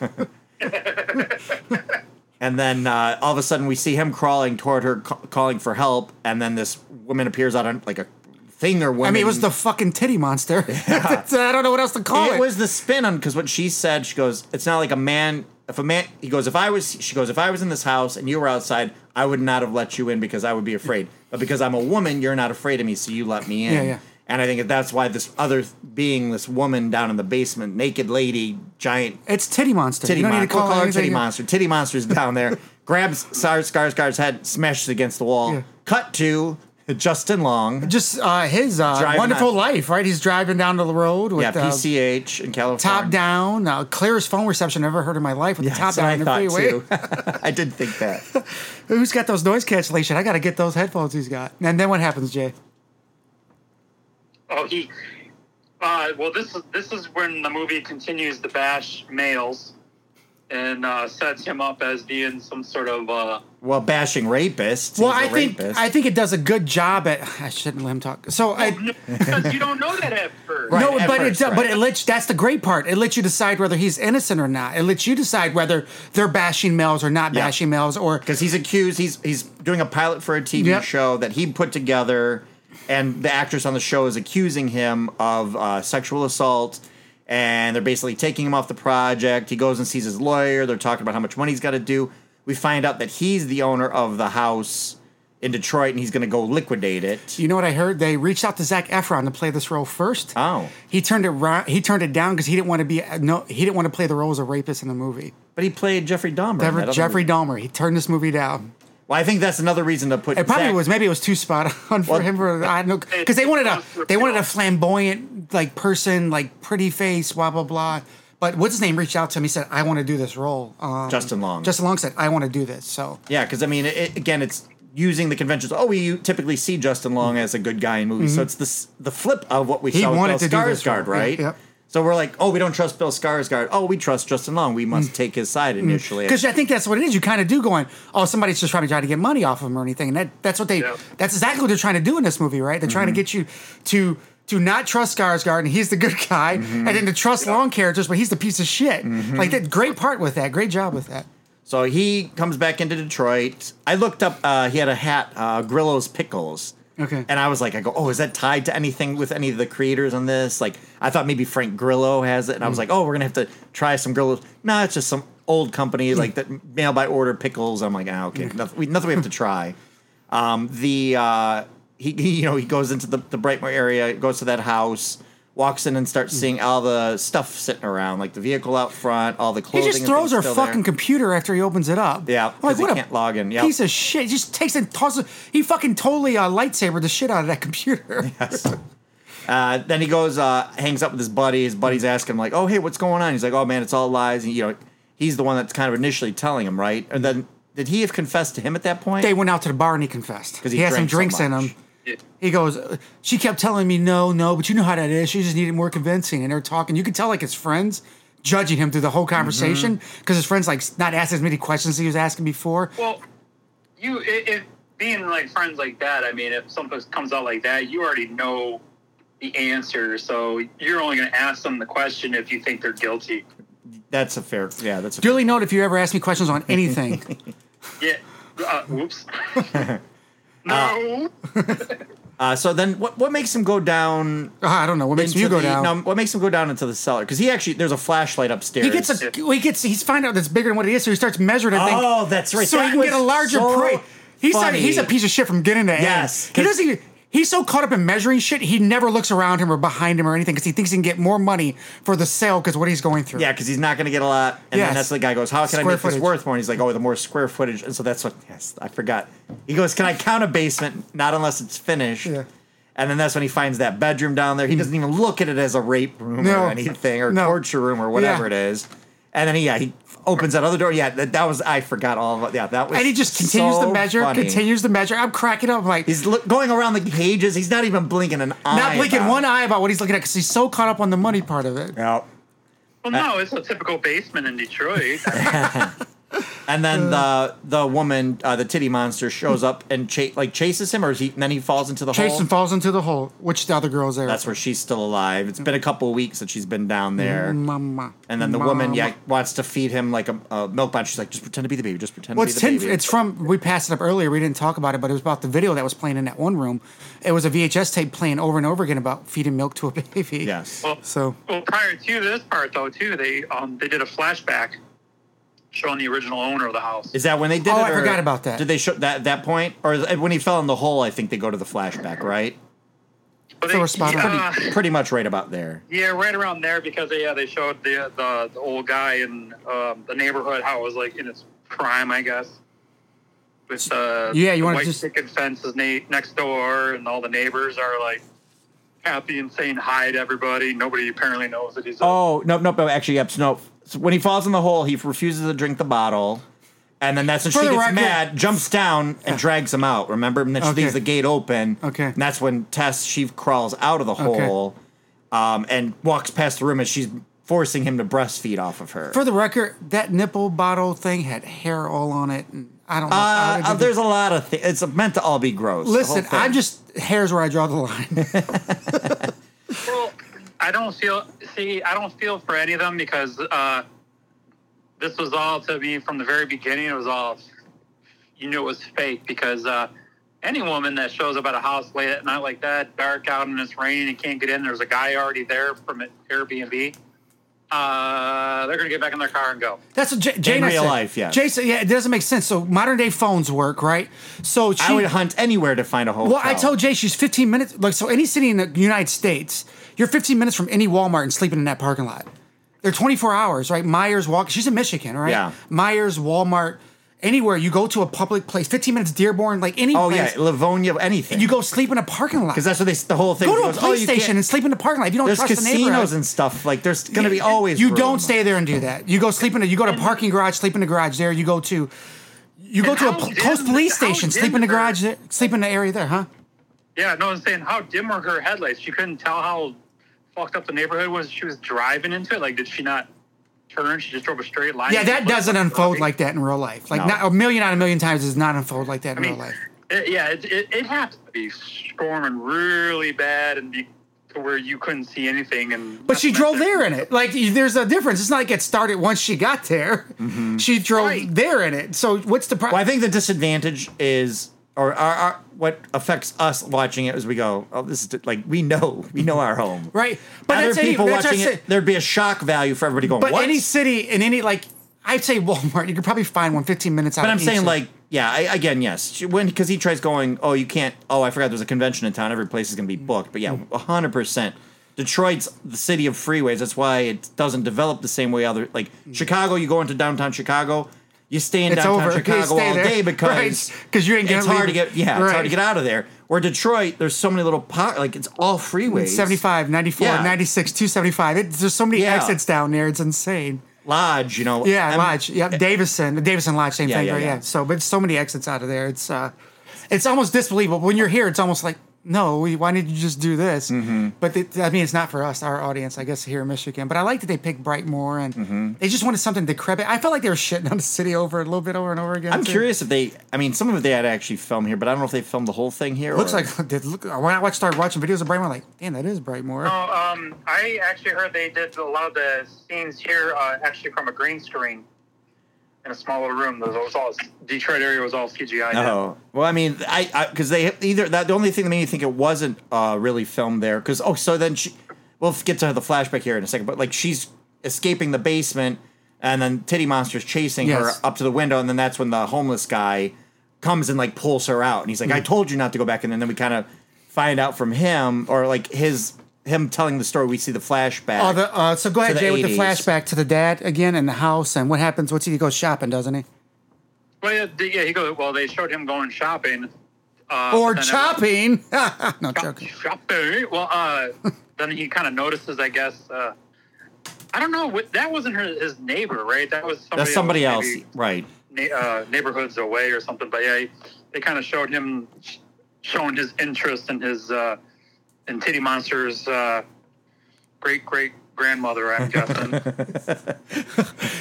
S4: And then uh, all of a sudden, we see him crawling toward her, ca- calling for help. And then this woman appears out on like a thing or woman.
S3: I mean, it was the fucking titty monster. I don't know what else to call it.
S4: it was the spin on because what she said. She goes, "It's not like a man. If a man, he goes, if I was, she goes, if I was in this house and you were outside, I would not have let you in because I would be afraid. But because I'm a woman, you're not afraid of me, so you let me in.
S3: Yeah, yeah.
S4: And I think that that's why this other being, this woman down in the basement, naked lady, giant
S3: It's titty monster.
S4: Titty
S3: you don't
S4: Monster.
S3: need to call,
S4: we'll
S3: it
S4: call her
S3: anything.
S4: Titty Monster. Titty Monster's down there, grabs Sar- Skarsgård's head, smashes it against the wall.
S3: Yeah.
S4: Cut to Justin Long.
S3: Just uh, his uh,
S4: Driving
S3: wonderful
S4: on-
S3: life, right? He's driving down to the road with
S4: Yeah,
S3: uh,
S4: PCH in California.
S3: top down, uh, clearest phone reception I've ever heard in my life with
S4: Yes,
S3: the top
S4: and
S3: down in the
S4: I thought
S3: freeway.
S4: too. I did think that.
S3: Who's got those noise cancellation? I got to get those headphones he's got. And then what happens, Jay?
S5: Oh, he. Uh, well, this is this is when the movie continues to bash males, and uh, sets him up as being some sort of. Uh,
S4: Well, bashing rapists.
S3: Well,
S4: He's a
S3: I think
S4: rapist.
S3: I think it does a good job at. I shouldn't let him talk. So I
S5: because you don't know that at first.
S4: Right.
S3: no,
S4: at
S3: but
S4: first,
S3: it does, but
S4: right.
S3: it lets. That's the great part. It lets you decide whether he's innocent or not. It lets you decide whether they're bashing males or not
S4: Yeah.
S3: bashing males or
S4: because he's accused. He's he's doing a pilot for a TV
S3: Yep.
S4: show that he put together, and the actress on the show is accusing him of uh, sexual assault. And they're basically taking him off the project. He goes and sees his lawyer. They're talking about how much money he's got to do. We find out that he's the owner of the house in Detroit, and he's going to go liquidate it.
S3: You know what I heard? They reached out to Zach Efron to play this role first.
S4: Oh.
S3: he turned it ro- he turned it down because he didn't want to be no he didn't want to play the role as a rapist in the movie.
S4: But he played Jeffrey Dahmer. in
S3: Jeffrey,
S4: that other
S3: Jeffrey
S4: movie.
S3: Dahmer. He turned this movie down.
S4: Well, I think that's another reason to put.
S3: It probably
S4: Zach-
S3: was maybe it was too spot on for
S4: Well-
S3: him for I don't know because they wanted a they wanted a flamboyant like person like pretty face blah blah blah. But what's his name reached out to him? He said, "I want to do this role." Um,
S4: Justin Long.
S3: Justin Long said, "I want to do this." So
S4: Yeah, because I mean, it, again, it's using the conventions. Oh, we typically see Justin Long as a good guy in movies, so it's this the flip of what we
S3: Mm-hmm. He
S4: saw
S3: wanted
S4: with
S3: to
S4: Bill
S3: do this
S4: Skarsgård,
S3: role. Yeah,
S4: right?
S3: yep.
S4: So we're like, oh, we don't trust Bill Skarsgård. Oh, we trust Justin Long. We
S3: Mm.
S4: must take his side initially.
S3: Because I think that's what it is. You kind of do going, oh, somebody's just trying to try to get money off of them or anything. And that, that's what they,
S5: Yeah.
S3: that's exactly what they're trying to do in this movie, right? They're trying
S4: Mm-hmm.
S3: to get you to to not trust Skarsgård and he's the good guy,
S4: Mm-hmm.
S3: and then to trust Long characters, but he's the piece of shit. Like that, great part with that, great job with that.
S4: So he comes back into Detroit. I looked up. Uh, he had a hat, uh, Grillo's Pickles.
S3: Okay.
S4: And I was like, I go, oh, is that tied to anything with any of the creators on this? Like, I thought maybe Frank Grillo has it, and I
S3: Mm.
S4: was like, oh, we're gonna have to try some Grillo's. No, it's just some old company
S3: Mm.
S4: like that mail by order pickles. I'm like, ah, okay, nothing, we, nothing we have to try. Um, the uh, he, he, you know, he goes into the, the Brightmoor area, goes to that house. Walks in and
S3: Mm.
S4: starts seeing all the stuff sitting around, like the vehicle out front, all the
S3: He
S4: clothing.
S3: just
S4: and
S3: throws
S4: things
S3: her
S4: still there.
S3: fucking computer after he opens it up.
S4: Yeah,
S3: I'm
S4: 'cause
S3: like
S4: he
S3: what
S4: can't
S3: a
S4: log in, yep.
S3: piece of shit. He just takes and tosses. He fucking totally uh, lightsabered the shit out of that computer.
S4: Uh, then he goes, uh, hangs up with his buddy. His buddy's asking him, like, "Oh, hey, what's going on?" He's like, "Oh man, it's all lies." And you know, he's the one that's kind of initially telling him, right? And then did he have confessed to him at that point?
S3: they went out to the bar and he confessed
S4: 'Cause
S3: because
S4: he
S3: he, had some
S4: drank
S3: drinks
S4: so
S3: in
S4: much.
S3: him. He goes, uh, she kept telling me no, no, but you know how that is. She just needed more convincing, and they're talking. You could tell like his friends judging him through the whole
S4: Mm-hmm.
S3: conversation because his friends like not asking as many questions as he was asking before.
S5: Well, you i- if being like friends like that, I mean, if something comes out like that, you already know the answer, so you're only going to ask them the question if you think they're guilty.
S4: That's a fair. Yeah, that's a
S3: Duly note if you ever ask me questions on anything.
S5: Yeah. Uh, whoops. no.
S4: Uh, so then, what what makes him go down?
S3: Ah, I don't know what makes
S4: into
S3: you go
S4: the-
S3: down.
S4: no, what makes him go down into the cellar? Because he actually there's a flashlight upstairs.
S3: he gets a he gets he's find out that's bigger than what it is, so he starts measuring. I think.
S4: Oh, that's right.
S3: So he
S4: That
S3: can get a
S4: was
S3: larger
S4: so
S3: prey. He's a,
S4: funny.
S3: he's a piece of shit from getting to end.
S4: Yes,
S3: he
S4: 'cause-
S3: doesn't. even- He's so caught up in measuring shit, he never looks around him or behind him or anything because he thinks he can get more money for the sale because what he's going through.
S4: yeah, because he's not going to get a lot. And
S3: Yes.
S4: then that's the guy goes, "How can I
S3: Square
S4: make
S3: footage.
S4: this worth more?" And he's like, "Oh, the more square footage." And so that's what. Yes, I forgot. He goes, "Can I count a basement? Not unless it's finished."
S3: Yeah. Hmm.
S4: And then that's when he finds that bedroom down there. He doesn't even look at it as a rape room
S3: No.
S4: or anything, or
S3: No.
S4: torture room or whatever
S3: Yeah.
S4: it is. And then he, yeah, he opens that other door. Yeah, that, that was I forgot all about. Yeah, that was.
S3: and he just continues
S4: so
S3: the measure,
S4: funny.
S3: continues the measure. I'm cracking up, like
S4: He's look, going around the cages. He's not even blinking an eye.
S3: not blinking
S4: about
S3: one
S4: it.
S3: eye about what he's looking at because he's so caught up on the money part of it.
S4: Yeah.
S5: well, no, it's a typical basement in Detroit.
S4: And then the the woman, uh, the titty monster, shows up and cha- like chases him, or he and then he falls into the hole.
S3: Chase and falls into the hole, which the other girl's there.
S4: That's where she's still alive. It's been a couple of weeks that she's been down there.
S3: Mm-hmm. Mama.
S4: And then the woman, yeah,
S3: Mama.
S4: wants to feed him like a, a milk bottle. She's like, just pretend to be the baby. Just pretend
S3: Well,
S4: to
S3: it's,
S4: be the
S3: tin,
S4: baby.
S3: it's from, we passed it up earlier. We didn't talk about it, but it was about the video that was playing in that one room. It was a VHS tape playing over and over again about feeding milk to a baby.
S4: yes.
S5: well,
S3: So,
S5: well, prior to this part, though, too, they um, they did a flashback showing the original owner of the house.
S4: Is that when they did
S3: Oh,
S4: it?
S3: I
S4: or
S3: forgot about that.
S4: Did they show that that point, or is- when he fell in the hole? I think they go to the flashback, right?
S5: But
S3: So
S5: they-
S3: we're spot on.
S5: yeah,
S4: Pretty much right about there.
S5: yeah, right around there because they, yeah, they showed the, the the old guy in um, the neighborhood how it was like in its prime, I guess. With uh,
S3: Yeah, you
S5: the
S3: wanna
S5: white
S3: just-
S5: picket fences na- next door, and all the neighbors are like happy and saying hi to everybody. Nobody apparently knows that he's. a-
S4: Oh no, no, no! Actually, yep. No, so when he falls in the hole, he refuses to drink the bottle, and then that's when
S3: For
S4: she
S3: the
S4: gets
S3: record- Ah.
S4: mad, jumps down, and drags him out. Remember, and then she
S3: Okay.
S4: leaves the gate open.
S3: Okay.
S4: and that's when Tess she crawls out of the
S3: Okay.
S4: hole, um, and walks past the room as she's forcing him to breastfeed off of her.
S3: for the record, that nipple bottle thing had hair all on it. And I don't know. how
S4: uh,
S3: they
S4: uh,
S3: did it.
S4: there's a lot of things. It's meant to all be gross. the
S3: Listen,
S4: whole thing.
S3: I'm just, hair's where I draw the line.
S5: Well, I don't feel see. I don't feel for any of them because uh, this was all to me from the very beginning. It was all you knew it was fake because uh, any woman that shows up at a house late at night like that, dark out and it's raining and can't get in, there's a guy already there from an Airbnb. Uh, they're gonna get back in their car and go.
S3: That's what J- Jane I
S4: real
S3: said.
S4: life, yes.
S3: Jason, yeah, it doesn't make sense. So modern day phones work, right? So she,
S4: I would hunt anywhere to find a hotel.
S3: Well, I told Jay she's 15 minutes. Like, so any city in the United States, you're 15 minutes from any Walmart and sleeping in that parking lot. They're 24 hours, right? Myers walk. She's in Michigan, right?
S4: Yeah.
S3: Myers, Walmart, anywhere you go to a public place, 15 minutes, Dearborn, like any.
S4: Oh yeah,
S3: place,
S4: Livonia, anything.
S3: you go sleep in a parking lot.
S4: because that's what they the whole thing.
S3: go to a
S4: goes, "Oh,
S3: police
S4: you can't-
S3: station and sleep in the parking lot. If you don't
S4: There's
S3: trust the neighborhood.
S4: casinos and stuff. Like there's gonna be always.
S3: You
S4: room.
S3: don't stay there and do that. You go sleep in a you go to a parking garage, sleep in the garage there. You go to you go
S5: And
S3: to a
S5: how
S3: pl-
S5: dim-
S3: coast police
S5: how
S3: station,
S5: dim
S3: sleep in the
S5: her-
S3: garage there, sleep in the area there, huh?
S5: Yeah, no, I'm saying how dim were her headlights? She couldn't tell how fucked up the neighborhood was. She was driving into it. Like, did she not turn? She just drove a straight line.
S3: Yeah, that doesn't unfold
S5: Right.
S3: like that in real life. Like
S4: No.
S3: not, a million out of a million times does not unfold like that in
S5: I mean,
S3: real life.
S5: It, yeah, it, it, it had to be storming really bad and be to where you couldn't see anything. And
S3: But she drove there in it. Like y- there's a difference. It's not like it started once she got there. She drove
S5: Right.
S3: there in it. So what's the problem?
S4: Well, I think Mm-hmm. the disadvantage is, or our, our, what affects us watching it as we go. Oh, this is like we know, we know our home,
S3: right?
S4: But other
S3: any-
S4: people
S3: that's
S4: watching
S3: just
S4: it, there'd be a shock value for everybody going.
S3: But
S4: what?
S3: any city in any like I'd say Walmart, you could probably find one 15 minutes out.
S4: but I'm
S3: of each
S4: saying
S3: city.
S4: like, yeah, I, again, yes, She- when because he tries going. Oh, you can't. Oh, I forgot there's a convention in town. Every place is gonna be booked. But yeah,
S3: Hmm.
S4: hundred percent. Detroit's the city of freeways. That's why it doesn't develop the same way other like Chicago. You go into downtown Chicago, you stay in
S3: Hmm. It's
S4: downtown
S3: over. You
S4: Chicago
S3: stay
S4: all
S3: there.
S4: day because
S3: Right. 'Cause you ain't gonna
S4: It's hard to
S3: leave.
S4: get yeah, it's
S3: Right.
S4: hard to get out of there. Where Detroit, there's so many little pot like it's all freeways.
S3: 75, 94,
S4: Yeah.
S3: 96, 275. It, there's so many
S4: Yeah.
S3: exits down there. It's insane.
S4: Lodge, you know.
S3: Yeah,
S4: I'm-
S3: Lodge. Yep, Davison. The Davison Lodge, same
S4: eh, Yeah,
S3: thing.
S4: yeah,
S3: right? Yeah,
S4: yeah.
S3: So, but so many exits out of there. It's uh, it's almost disbelievable. When you're here, it's almost like no, we, why didn't you just do this?
S4: Mm-hmm.
S3: But the, I mean, it's not for us, our audience, I guess, here in Michigan. But I like that they picked Brightmore and
S4: Mm-hmm.
S3: they just wanted something decrepit. I felt like they were shitting on the city over a little bit over and over again.
S4: I'm
S3: too.
S4: curious if they. I mean, some of it they had to actually film here, but I don't know if they filmed the whole thing here.
S3: Looks
S4: or-
S3: like did, look, when I watched, started watching videos of Brightmore, like, damn, that is Brightmore.
S4: Oh,
S5: No, um, I actually heard they did a lot of the scenes here uh, actually from a green screen in a small little room. Those was all Detroit area was all CGI.
S4: Oh well, I mean, I because they either that the only thing that made me think it wasn't uh, really filmed there because oh so then she we'll get to the flashback here in a second but like she's escaping the basement and then Titty Monster's chasing
S3: Yes.
S4: her up to the window and then that's when the homeless guy comes and like pulls her out and he's
S3: Mm-hmm.
S4: like I told you not to go back in and then we kind of find out from him or like his him telling the story we see the flashback
S3: Oh, the, uh, so go ahead,
S4: the
S3: Jay, with the
S4: 80s.
S3: flashback to the dad again and the house and what happens. What's he, he goes shopping, doesn't he?
S5: Well, yeah, the- yeah, he goes. Well, they showed him going shopping. Uh,
S3: or
S5: then it-
S3: chopping? no joking.
S5: Shopping. Well, uh, then he kind of notices, I guess. Uh, I don't know. What, that wasn't her, his neighbor, right? That was somebody
S4: that's somebody else
S5: maybe
S4: right
S5: na- uh, neighborhoods away or something. But yeah, he- they kind of showed him sh- showing his interest in his uh, in Titty Monster's uh, great great grandmother. I'm guessing.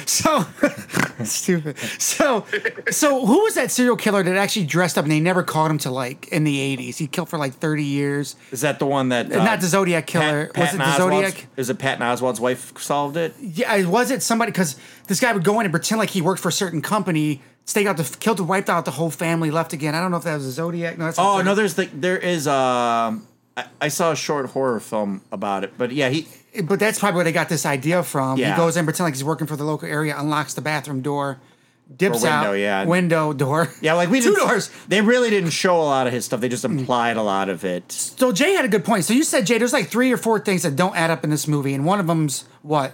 S3: So stupid. So, so who was that serial killer that actually dressed up and they never caught him to like in the eighties? He killed for like thirty years.
S4: is that the one that uh,
S3: Not the Zodiac killer.
S4: Pat,
S3: was it
S4: Patton
S3: the
S4: Oswalt's-
S3: Zodiac?
S4: is it Patton Oswald's wife solved it
S3: Yeah, it was it somebody? Because this guy would go in and pretend like he worked for a certain company, stake out the killed, and wiped out the whole family, left again. I don't know if that was a Zodiac. No, that's not
S4: Oh no,
S3: Zodiac.
S4: there's the there is um I, I saw a short horror film about it, but yeah, he
S3: But that's probably where they got this idea from. He
S4: Yeah.
S3: goes in, pretend like he's working for the local area, unlocks the bathroom door, dips
S4: Or window,
S3: out,
S4: yeah.
S3: window door.
S4: yeah, like we
S3: two
S4: didn't-
S3: doors.
S4: They really didn't show a lot of his stuff. They just implied a lot of it.
S3: So Jay had a good point. So you said Jay, there's like three or four things that don't add up in this movie, and one of them's what?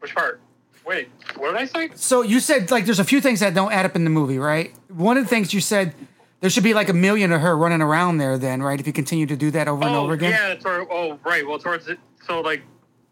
S5: Which part? Wait, what did I say?
S3: So you said like there's a few things that don't add up in the movie, right? One of the things you said there should be like a million of her running around there, then, right? If you continue to do that over and
S5: oh,
S3: over again.
S5: Yeah, toward, oh, right. Well, towards it. So, like,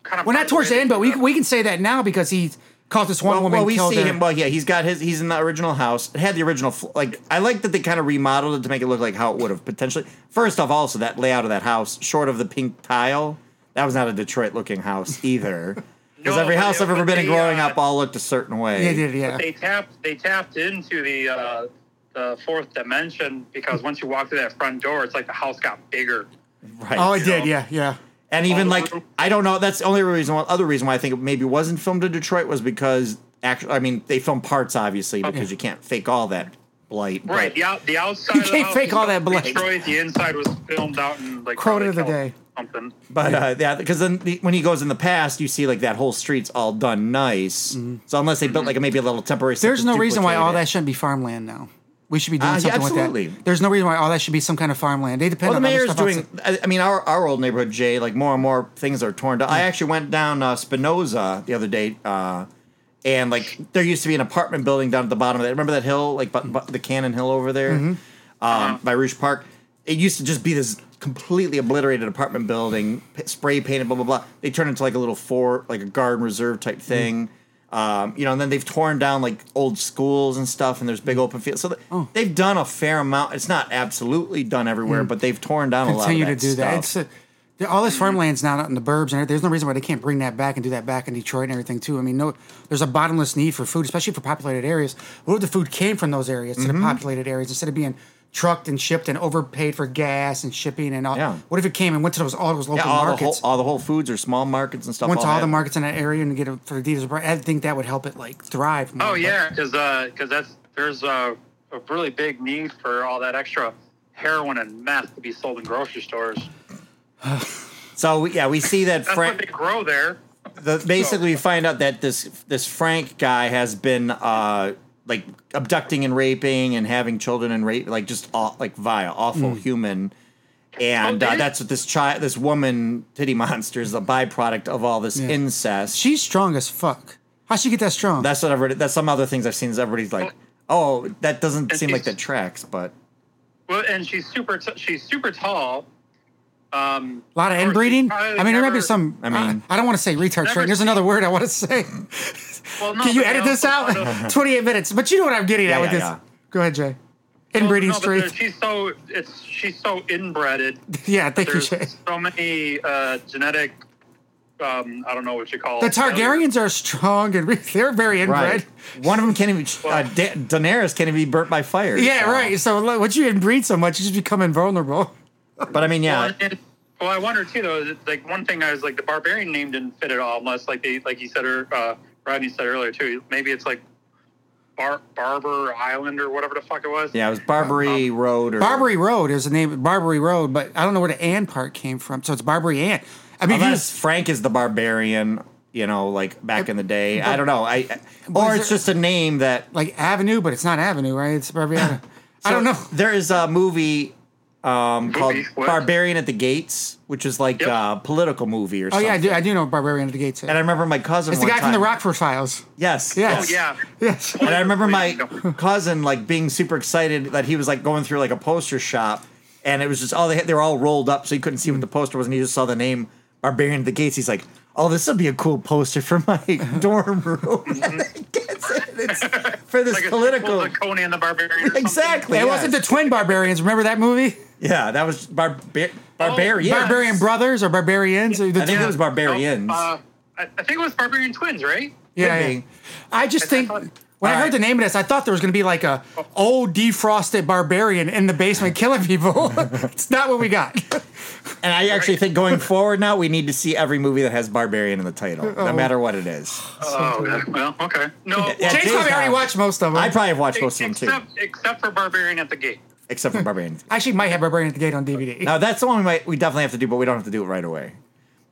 S5: kind of.
S3: Well, not towards the end, but we we can say that now because he caught this one
S4: Well,
S3: woman.
S4: well, we
S3: killed
S4: see
S3: her.
S4: him. Well, yeah, he's got his. He's in the original house. It had the original. fl- Like I like that they kind of remodeled it to make it look like how it would have potentially. First off, also that layout of that house, short of the pink tile, that was not a Detroit looking house either. Because
S5: No,
S4: every
S5: but
S4: house
S5: it-
S4: I've ever
S5: but
S4: been in
S5: they,
S4: growing
S5: uh,
S4: up all looked a certain way.
S3: Yeah, yeah, yeah.
S5: They tapped. They tapped into the uh, the fourth dimension because once you walk through that front door, it's like the house got bigger.
S4: Right.
S3: Oh, it
S4: you
S3: did.
S4: know?
S3: Yeah, yeah.
S4: And even
S5: Oh,
S4: like
S5: okay.
S4: I don't know. That's the only reason. One other reason why I think it maybe wasn't filmed in Detroit was because actually, I mean, they filmed parts obviously because you can't fake all that blight. but-
S5: Right. The out, the outside.
S3: You
S5: of the
S3: can't
S5: house
S3: fake
S5: was
S3: all that blood.
S5: Destroyed. The inside was filmed out in like
S3: Crowd of
S5: probably
S3: the day.
S5: Something.
S4: But uh, yeah, because then the, when he goes in the past, you see like that whole street's all done nice. So unless they built like maybe a little temporary. set
S3: Mm-hmm. There's
S4: to
S3: no reason why
S4: duplicate
S3: all
S4: it.
S3: that shouldn't be farmland now. We should be doing
S4: Uh, yeah,
S3: something with
S4: absolutely.
S3: that. There's no reason why all that should be some kind of farmland. They depend
S4: Well, the
S3: on other
S4: mayor's
S3: stuff
S4: doing.
S3: outside.
S4: I, I mean, our, our old neighborhood, Jay. Like more and more things are torn down. I
S3: Mm.
S4: actually went down uh, Spinoza the other day, uh, and like there used to be an apartment building down at the bottom of that. Remember that hill, like bu- bu- the Cannon Hill over there,
S3: Mm-hmm. Uh-huh.
S4: um, by Rouge Park. It used to just be this completely obliterated apartment building, p- spray painted, blah blah blah. They turned into like a little fort, like a garden reserve
S3: Hmm.
S4: type thing. Um, you know, and then they've torn down like old schools and stuff, and there's
S3: Hmm.
S4: big open fields. So th-
S3: Oh.
S4: they've done a fair amount. It's not absolutely done everywhere, but they've torn down
S3: Hmm. Continue
S4: a lot
S3: to
S4: of that
S3: do that. It's
S4: stuff.
S3: uh, there- all this farmland's now out in the burbs, and there's no reason why they can't bring that back and do that back in Detroit and everything too. I mean, no, there's a bottomless need for food, especially for populated areas. What if the food came from those areas to the
S4: Mm-hmm.
S3: populated areas instead of being trucked and shipped and overpaid for gas and shipping and all?
S4: Yeah.
S3: What if it came and went to those all those local
S4: yeah, all the,
S3: markets?
S4: whole, all the Whole Foods or small markets and stuff.
S3: Went to all
S4: that.
S3: the markets in that area and get it for the dealers. I think that would help it like thrive. More,
S5: Oh
S3: but-
S5: yeah, because that's there's a, a really big need for all that extra heroin and meth to be sold in grocery stores.
S4: So yeah, we see that
S5: That's what
S4: Frank.
S5: they grow there.
S4: the, basically we find out that this this Frank guy has been uh like abducting and raping and having children and rape like just aw- like vile awful human and
S5: Oh,
S4: uh,
S5: did-
S4: that's what this child this woman titty monster is the byproduct of all this incest
S3: she's strong as fuck. How'd she get that strong?
S4: that's what i've read that's some other things i've seen is everybody's like oh that doesn't
S5: And
S4: seem like
S5: she's-
S4: that tracks but
S5: Well, and she's super. T- she's super tall. Um,
S3: a lot of inbreeding. I mean, there might be some. I
S4: I
S3: mean,
S4: mean-
S3: I, don't want to say retard
S5: Never
S3: train. There's another word I want to say.
S5: Well, no,
S3: Can you
S5: but
S3: edit
S5: they
S3: this
S5: also-
S3: out? 28 minutes. But you know what I'm getting
S4: Yeah,
S3: at with
S4: yeah,
S3: this.
S4: yeah.
S3: Go ahead, Jay. inbreeding
S5: no, but
S3: straight.
S5: there- She's so it's she's so inbred.
S3: yeah, thank you,
S5: There's
S3: Jay.
S5: so many uh, genetic. Um, I don't know what you call
S3: The
S5: it. failures.
S3: Targaryens are strong and re- they're very inbred.
S4: One of them can't even. Uh, da- Daenerys can't even be burnt by fire.
S3: Yeah,
S4: so-
S3: right. So like, once you inbreed so much, you just become invulnerable.
S4: But I mean, yeah,
S5: Well, and- well, I wonder too though. that, Like one thing I was like the barbarian name didn't fit at all, unless like they like you said or uh, Rodney said earlier too. Maybe it's like Bar- Barber Island or whatever the fuck it was.
S4: yeah, it was
S5: uh,
S4: Barbary Road or
S3: Barbary Road is the name, Barbary Road, but I don't know where the Ann part came from. So it's Barbary Ann. I mean, if you
S4: Unless
S3: just-
S4: Frank is the barbarian, you know, like back in the day. I don't know. I
S3: Was
S4: or it's
S3: there-
S4: just a name that
S3: like Avenue, but it's not Avenue, right? It's Barbary Avenue. I don't know.
S4: There is a movie um, called
S5: what?
S4: Barbarian at the Gates, which is like
S5: Yep.
S4: a political movie or
S3: Oh
S4: something.
S3: yeah, I do. I do know Barbarian at the Gates.
S4: And I remember my cousin.
S3: it's the
S4: one
S3: guy from the
S4: time-
S3: Rockford Files.
S4: Yes.
S3: Yeah.
S5: Oh yeah.
S3: Yes.
S4: And I remember my
S5: No.
S4: cousin like being super excited that he was like going through like a poster shop, and it was just all they had. They were all rolled up, so he couldn't see what the poster was, and he just saw the name Barbarian at the Gates. He's like, "Oh, this would be a cool poster for my dorm room." And it gets it. It's for this
S5: Like a
S4: political.
S5: sequel to Conan the Barbarian. or something.
S4: Exactly.
S3: it
S4: yes.
S3: wasn't the twin barbarians. Remember that movie?
S4: yeah, that was barbar-
S5: Oh,
S4: barbarian.
S3: Barbarian brothers or barbarians? Or the
S4: I think it was barbarians.
S5: Oh, uh, I, I think it was Barbarian Twins, right?
S3: yeah,
S4: Could
S3: yeah.
S4: be.
S3: I just think
S5: I thought-
S3: when I
S4: All
S3: heard
S4: right. Oh.
S3: the name of this, I thought there was going to be like a old defrosted barbarian in the basement killing people. it's not what we got.
S4: And I actually think going forward now, we need to see every movie that has barbarian in the title, no matter what it is.
S5: Oh, yeah. well, okay. No,
S4: Yeah,
S3: James
S4: Jay's
S3: probably already
S4: not.
S3: watched most of them.
S4: I
S3: I
S4: probably have watched most of them too,
S5: e- except except for Barbarian at the Gate.
S4: except for barbarian.
S3: actually might have Barbarian at the Gate on DVD.
S4: Now that's the one we might we definitely have to do, but we don't have to do it right away.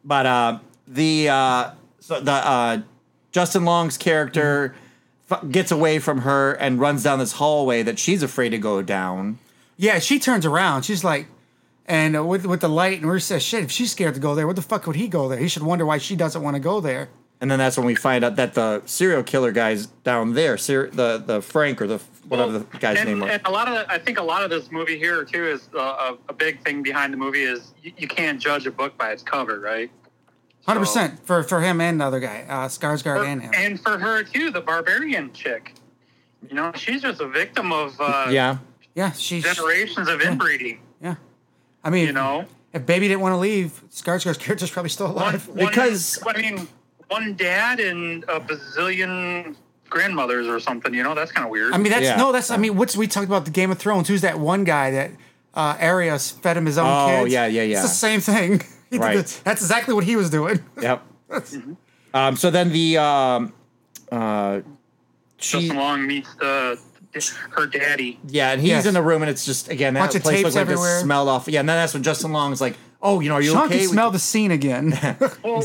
S4: But uh, the uh, so the uh, Justin Long's character f- gets away from her and runs down this hallway that she's afraid to go down.
S3: Yeah, she turns around. She's like, and uh, with with the light, and we says, shit. If she's scared to go there, what the fuck would he go there? He should wonder why she doesn't want to go there.
S4: And then that's when we find out that the serial killer guy's down there, ser- the the Frank or the whatever the guy's
S5: and,
S4: name was.
S5: and a lot of the, I think a lot of this movie here too is uh, a, a big thing behind the movie is you, you can't judge a book by its cover, right?
S3: Hundred percent for for him and the other guy, uh, Skarsgård
S5: For-
S3: and him.
S5: and for her too, the barbarian chick. You know, she's just a victim of uh,
S4: yeah,
S3: yeah, she.
S5: generations of inbreeding.
S3: Yeah, I mean,
S5: You know,
S3: if baby didn't want to leave, Skarsgård's character's probably still
S5: One-
S3: alive.
S5: one-
S4: Because-
S5: I mean, one dad and a bazillion grandmothers or something. You know, that's kind of weird.
S3: I mean, that's
S4: Yeah.
S3: no, that's. I mean, what's we talked about the Game of Thrones? Who's that one guy that uh, Arius fed him his own
S4: Oh,
S3: kids?
S4: yeah, yeah,
S3: It's
S4: yeah.
S3: the same thing. He did
S4: Right.
S3: the- That's exactly what he was doing.
S4: yep.
S5: Mm-hmm.
S4: um, so then the um, uh, she
S5: Justin Long meets the her daddy.
S4: Yeah, and he's
S3: Yes.
S4: in the room, and it's just again that
S3: Bunch of
S4: place
S3: tapes
S4: looked like
S3: everywhere.
S4: it smelled off. Yeah, and then that's when Justin Long's like, "Oh, you know, are you
S3: Chunky
S4: okay?"
S3: smelled the scene again.
S5: Well,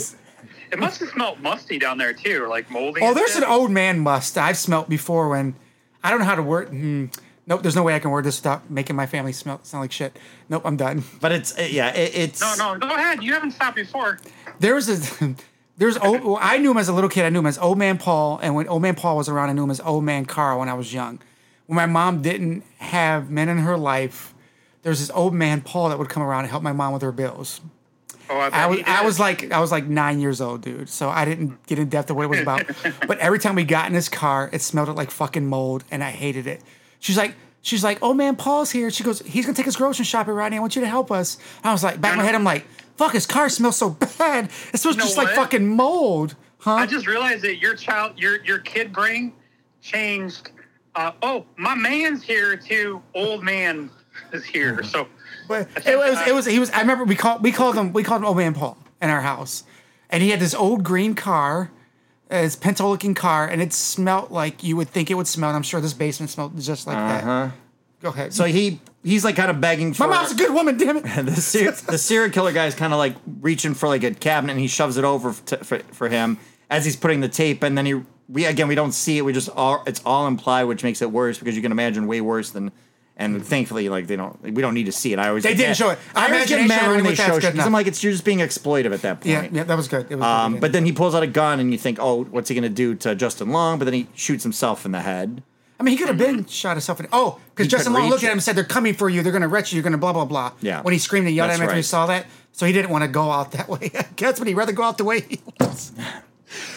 S5: it must have smelled musty down there too, or like moldy.
S3: Oh,
S5: and
S3: there's
S5: shit.
S3: an old man must I've smelt before when I don't know how to word. Hmm, nope, there's no way I can word this without making my family smell sound like shit. Nope, I'm done.
S4: but it's uh, yeah, it, it's
S5: No, no, go ahead. You haven't stopped before.
S3: There was a there's old. Well, I knew him as a little kid. I knew him as Old Man Paul, and when Old Man Paul was around, I knew him as Old Man Carl when I was young. When my mom didn't have men in her life, there was this old man Paul that would come around and help my mom with her bills.
S5: Oh, I, bet
S3: I was
S5: he did.
S3: I was like I was like nine years old, dude. So I didn't get in depth of what it was about. but every time we got in his car, it smelled like fucking mold, and I hated it. She's like. She's like, oh man, Paul's here. She goes, he's gonna take us grocery shopping, Rodney. I want you to help us. I was like, back in my head, I'm like, fuck, his car smells so bad. It smells
S5: You know
S3: just like
S5: what?
S3: fucking mold, huh?
S5: I just realized that your child, your your kid brain, changed. Uh, oh, my man's here too. Old man is here. So
S3: Mm-hmm. But it was it was he was I remember we called we called him we called him old man Paul in our house. And he had this old green car, uh, his pinto looking car, and it smelt like you would think it would smell. And I'm sure this basement smelled just like that. Go ahead.
S4: Uh-huh. So he he's like kind of begging for
S3: my mom's a good woman, damn it.
S4: the, ser- the serial killer guy's kind of like reaching for like a cabinet, and he shoves it over to, for for him as he's putting the tape, and then he we again we don't see it. We just all it's all implied, which makes it worse because you can imagine way worse than. And thankfully, like they don't, we don't need to see it. I always
S3: They
S4: get
S3: didn't
S4: mad-
S3: show it. Our
S4: I always get
S3: imagination
S4: mad when
S3: already
S4: they
S3: thinks that's
S4: show
S3: good
S4: shit because
S3: enough.
S4: I'm like, it's you're just being exploitive at that point.
S3: Yeah, yeah, that was good. It was
S4: Um,
S3: good.
S4: but then he pulls out a gun, and you think, "Oh, what's he gonna do to Justin Long?" But then he shoots himself in the head.
S3: I mean, he could have been shot himself in. Oh, because
S4: He could
S3: Justin Long looked
S4: reach
S3: at him and said, "They're coming for you. They're going to wreck you. You're going to blah blah blah."
S4: Yeah.
S3: When he screamed and yelled at
S4: That's
S3: him after he
S4: right.
S3: saw that, so he didn't want to go out that way. That's when he'd rather go out the way he was.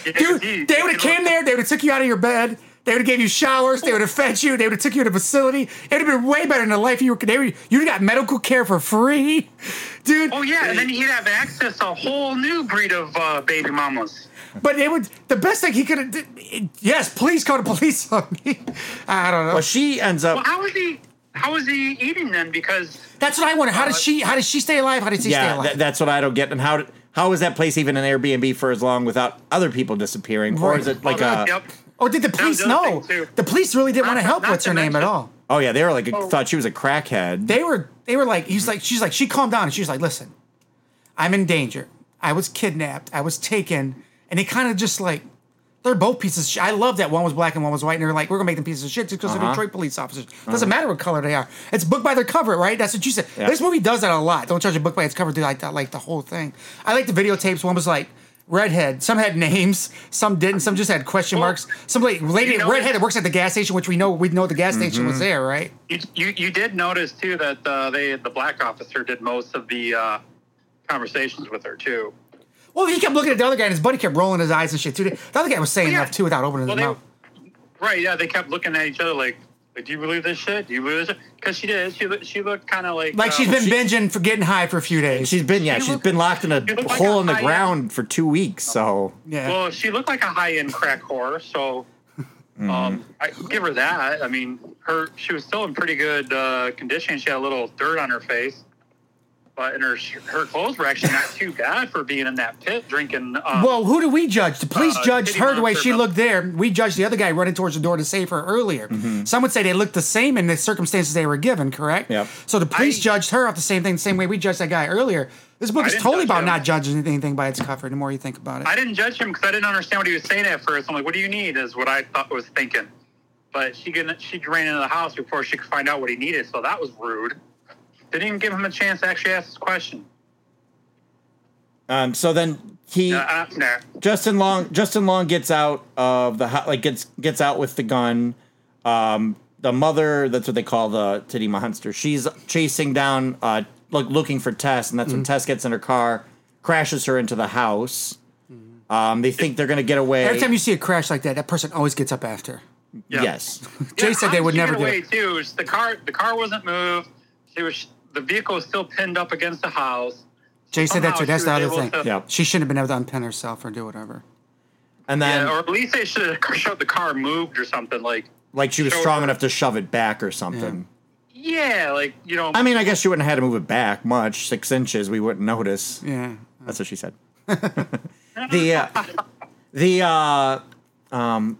S5: yeah,
S3: Dude,
S5: he-
S3: they would
S5: he
S3: have came there. They would have took you out of your bed. They would have gave you showers. They would have fed you. They would have took you to a facility. It would have been way better than the life you were. They were you got medical care for free, dude.
S5: Oh yeah, and then he'd have access to a whole new breed of uh, baby mamas.
S3: But it would the best thing he could have. did- Yes, please call the police on me. I don't know.
S4: Well, she ends up.
S5: Well, how is he? How is he eating then? Because
S3: That's what I wonder.
S5: Uh,
S3: How does she? How does she stay alive? How does he stay
S4: yeah,
S3: alive?
S4: tha- that's what I don't get. And how how is that place even an Airbnb for as long without other people disappearing? Or is
S3: Right.
S4: it like a?
S5: Oh,
S3: uh,
S5: yep.
S3: or Oh, did the police
S5: the other
S3: know?
S5: thing, too.
S3: The police really didn't
S5: Not-
S3: want to help.
S5: not
S3: What's
S5: to
S3: her name at
S5: mention-
S3: all?
S4: Oh yeah, they were like thought she was a crackhead.
S3: They were. They were like. He's like. She's like. She calmed down and she's like, listen, I'm in danger. I was kidnapped. I was taken. And they kind of just like. They're both pieces of shit. I love that one was black and one was white, and they're like, we're gonna make them pieces of shit just because
S5: Uh-huh.
S3: they're Detroit police officers. Doesn't matter what color they are. It's book by their cover, right? That's what you said.
S4: Yeah.
S3: This movie does that a lot. Don't judge a book by its cover. Do like that, like the whole thing. I like the videotapes. One was like redhead. Some had names. Some didn't. Some just had question marks. Some like lady
S5: you know- Mm-hmm.
S3: redhead that works at the gas station, which we know we know the gas station was there, right?
S5: You, you you did notice too that uh, they the black officer did most of the uh, conversations with her too.
S3: Well, he kept looking at the other guy, and his buddy kept rolling his eyes and shit too. The other guy was saying
S5: Yeah.
S3: enough too without opening
S5: Well,
S3: his
S5: they,
S3: mouth.
S5: right? Yeah, they kept looking at each other like, like "Do you believe this shit? Do you believe this?" Because she did. She loo- she looked kind of like
S3: Like
S5: uh,
S3: she's been
S4: she-
S3: binging for getting high for a few days.
S4: She's been yeah,
S5: She
S4: she's
S5: looked-
S4: been locked in a
S5: she looked like
S4: hole
S5: a
S4: in the
S5: high-end- Oh.
S4: ground for two weeks. So
S3: yeah.
S5: Well, she looked like a high end crack whore, so um, I give her that. I mean, her she was still in pretty good uh, condition. She had a little dirt on her face, but and her her clothes were actually not too bad for being in that pit drinking. Um,
S3: Well, who do we judge? The police
S5: Uh,
S3: judged
S5: Kitty
S3: her the way
S5: Monster
S3: she
S5: Mel-
S3: looked there. We judged the other guy running towards the door to save her earlier.
S5: Mm-hmm.
S3: Some would say they looked the same in the circumstances they were given, correct?
S4: Yep.
S3: So the police
S5: I-
S3: judged her off the same thing, the same way we judged that guy earlier. This book
S5: I
S3: is
S5: didn't
S3: totally
S5: judge
S3: about
S5: him.
S3: not judging anything by its cover. The more you think about it,
S5: I didn't judge him because I didn't understand what he was saying at first. I'm like, "What do you need?" Is what I thought was thinking. But she gonna, she ran into the house before she could find out what he needed, so that was rude. Didn't even give him a chance to actually ask his question.
S4: um, so then he
S5: Uh, uh, nah.
S4: Justin Long Justin Long gets out of the ho- like gets gets out with the gun. Um, the mother that's what they call the titty monster. She's chasing down uh look, looking for Tess, and that's
S3: Mm.
S4: when Tess gets in her car, crashes her into the house. Um, they think they're gonna get away.
S3: every time you see a crash like that, that person always gets up after.
S5: Yeah.
S4: yes,
S3: Jay said they would
S5: how
S3: never
S5: did
S3: do
S5: she
S3: it.
S5: get away too. is The car, the car wasn't moved. She was, the vehicle was still pinned up against the house.
S3: Jay said that
S5: Somehow
S3: too.
S5: she
S3: That's the
S5: was
S3: other
S5: able
S3: thing.
S5: to-
S4: Yep.
S3: She shouldn't have been able to unpin herself or do whatever.
S4: and then
S5: Yeah, or at least they should have showed the car moved or something. Like,
S4: like she was
S5: Show
S4: strong
S5: her.
S4: enough to shove it back or something.
S5: yeah, like you know,
S4: I mean, I guess she wouldn't have had to move it back much, six inches. We wouldn't notice.
S3: Yeah.
S4: That's what she said. the uh, the uh, um,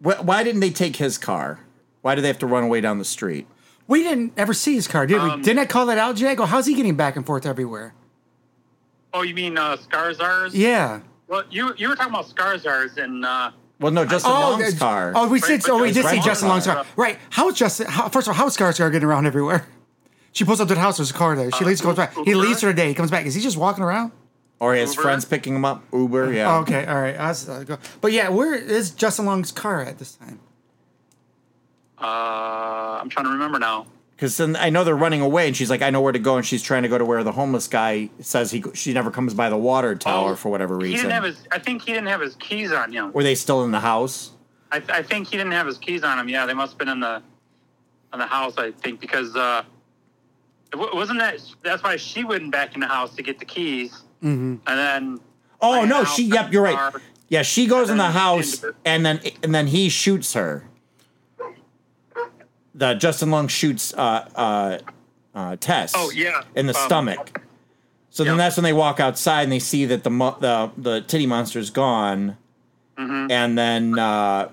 S4: wh- why didn't they take his car? Why do they have to run away down the street?
S3: We didn't ever see his car, did
S5: Um,
S3: we? Didn't I call that out, Jago? How's he getting back and forth everywhere?
S5: oh, you mean uh, Scarzars?
S3: Yeah.
S5: Well, you you were talking about Scarzars and uh,
S4: Well, no, Justin Long's
S3: uh,
S4: car.
S3: Oh, we
S5: Right,
S3: did.
S5: but
S3: Oh, we
S5: there's
S3: did see
S4: Long's
S3: Justin Long's
S4: car.
S3: car. Right? How is Justin? How, first of all, how is Skarsgård getting around everywhere? She pulls up to the house. There's a car there. She leaves. Goes back. He
S5: Uh, Uber?
S3: leaves for a day. He comes back. Is he just walking around?
S4: or his
S5: Uber.
S4: friends picking him up. Uber, yeah.
S3: Oh, okay. All right. I was, uh, go- but yeah, where is Justin Long's car at this time?
S5: uh, I'm trying to remember now.
S4: Because then I know they're running away, and she's like, "I know where to go," and she's trying to go to where the homeless guy says he she never comes by the water tower
S5: Oh,
S4: for whatever
S5: He
S4: reason.
S5: didn't have his. I think he didn't have his keys on him.
S4: Were they still in the house?
S5: I, I think he didn't have his keys on him. Yeah, they must have been in the in the house. I think because uh, it wa- wasn't that that's why she went back in the house to get the keys, mm-hmm. and then
S4: Oh
S5: ran
S4: no,
S5: out
S4: she.
S5: to
S4: Yep, you're right.
S5: car.
S4: Yeah, she goes in
S5: And
S4: the
S5: then
S4: house,
S5: into it.
S4: and then and then he shoots her. The Justin Long shoots uh, uh, uh, Tess.
S5: Oh, yeah.
S4: in the
S5: Um,
S4: stomach. So then
S5: yeah.
S4: that's when they walk outside and they see that the mo- the the titty monster's gone,
S5: Mm-hmm.
S4: and then uh,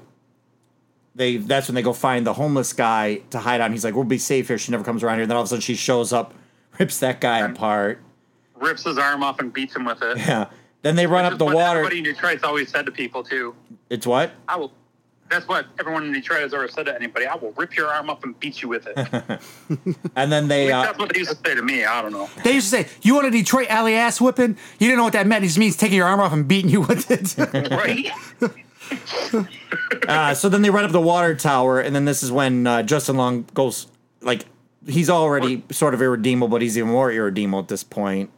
S4: they that's when they go find the homeless guy to hide out. And he's like, "We'll be safe here. She never comes around here." And then all of a sudden she shows up, rips that guy apart.
S5: rips his arm off and beats him with it.
S4: Yeah. Then they run up
S5: Which is
S4: the
S5: what
S4: water.
S5: Everybody in Detroit's always said to people too.
S4: It's what?
S5: I will. That's what everyone in Detroit has ever said to anybody. I will rip your arm up and beat you with it.
S4: And then they uh,
S5: That's what they used to say to me. I don't know.
S3: They used to say, "You want a Detroit alley ass whipping?" You didn't know what that meant. It just means taking your arm off and beating you with it.
S5: Right?
S4: Uh, so then they run up the water tower, and then this is when uh, Justin Long goes like he's already sort of irredeemable, but he's even more irredeemable at this point.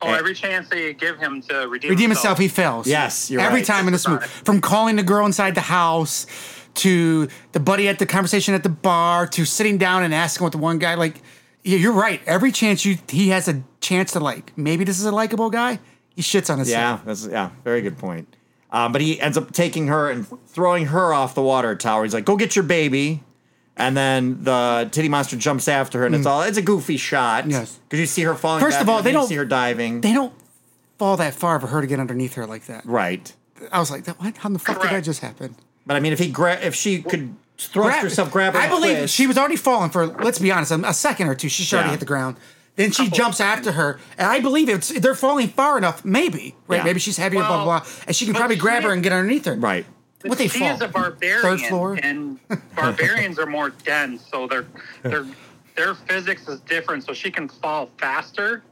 S5: oh, every chance they give him to redeem,
S3: Redeem himself, he fails.
S4: Yes, you're
S3: every
S4: right.
S3: time in this movie, from calling the girl inside the house to the buddy at the conversation at the bar to sitting down and asking what the one guy like. yeah, You're right. Every chance you he has a chance to like. Maybe this is a likable guy. He shits on his
S4: Yeah, that's yeah, very good point. Um, but he ends up taking her and throwing her off the water tower. He's like, "Go get your baby," and then the titty monster jumps after her, and it's all it's a goofy shot.
S3: Hmm. Yes.
S4: because you see her falling.
S3: First of all,
S4: backward,
S3: they
S4: you
S3: don't-
S4: see her diving.
S3: They don't fall that far for her to get underneath her like that.
S4: right,
S3: I was like, what? How in the fuck did that
S5: Correct.
S3: just happen?
S4: but I mean, if he gra- if she could thrust
S3: Grab-
S4: herself, grab. Her
S3: I
S4: and
S3: believe
S4: twist-
S3: she was already falling for. Let's be honest, a, a second or two. She should already
S4: Yeah. Oh.
S3: hit the ground. Then she jumps after her, and I believe it's they're falling far enough. Maybe right?
S4: Yeah.
S3: Maybe she's heavier, blah,
S5: Well,
S3: blah blah, and she can
S5: but
S3: probably
S5: she
S3: grab her
S5: is-
S3: and get underneath her.
S4: right.
S3: What they
S5: she
S3: fall?
S5: is a barbarian,
S3: Third floor.
S5: and barbarians are more dense, so their their their physics is different. So she can fall faster,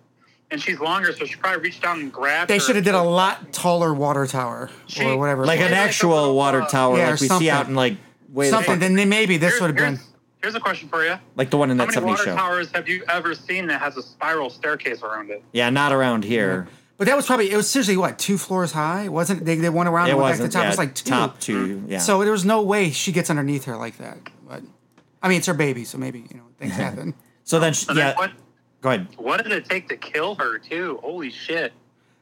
S5: and she's longer, so she probably reached down and grabbed.
S3: they
S5: her.
S3: should have did a lot taller water tower
S5: She-
S3: or whatever.
S4: Like
S5: Yeah,
S4: an
S5: like a
S4: actual
S5: little,
S4: water
S5: uh,
S4: tower,
S3: yeah, or
S4: like we
S3: something.
S4: see out in like way the
S3: something.
S4: fuck-
S3: Then they, maybe this
S5: Here's-
S3: would have been.
S5: here's- Here's a question for you.
S4: like the one in
S5: How
S4: that
S5: many
S4: '70s
S5: water
S4: show.
S5: towers have you ever seen that has a spiral staircase around it?
S4: Yeah, not around here.
S3: But that was probably it was seriously what two floors high, wasn't it? They, they went around
S4: It
S3: and went back to the
S4: wasn't.
S3: top.
S4: yeah,
S3: it was like two. Mm-hmm.
S4: top two. Yeah.
S3: So there was no way she gets underneath her like that. But I mean, it's her baby, so maybe you know things happen.
S4: so then she,
S5: And
S4: yeah.
S5: then what?
S4: Go ahead.
S5: What did it take to kill her too? Holy shit!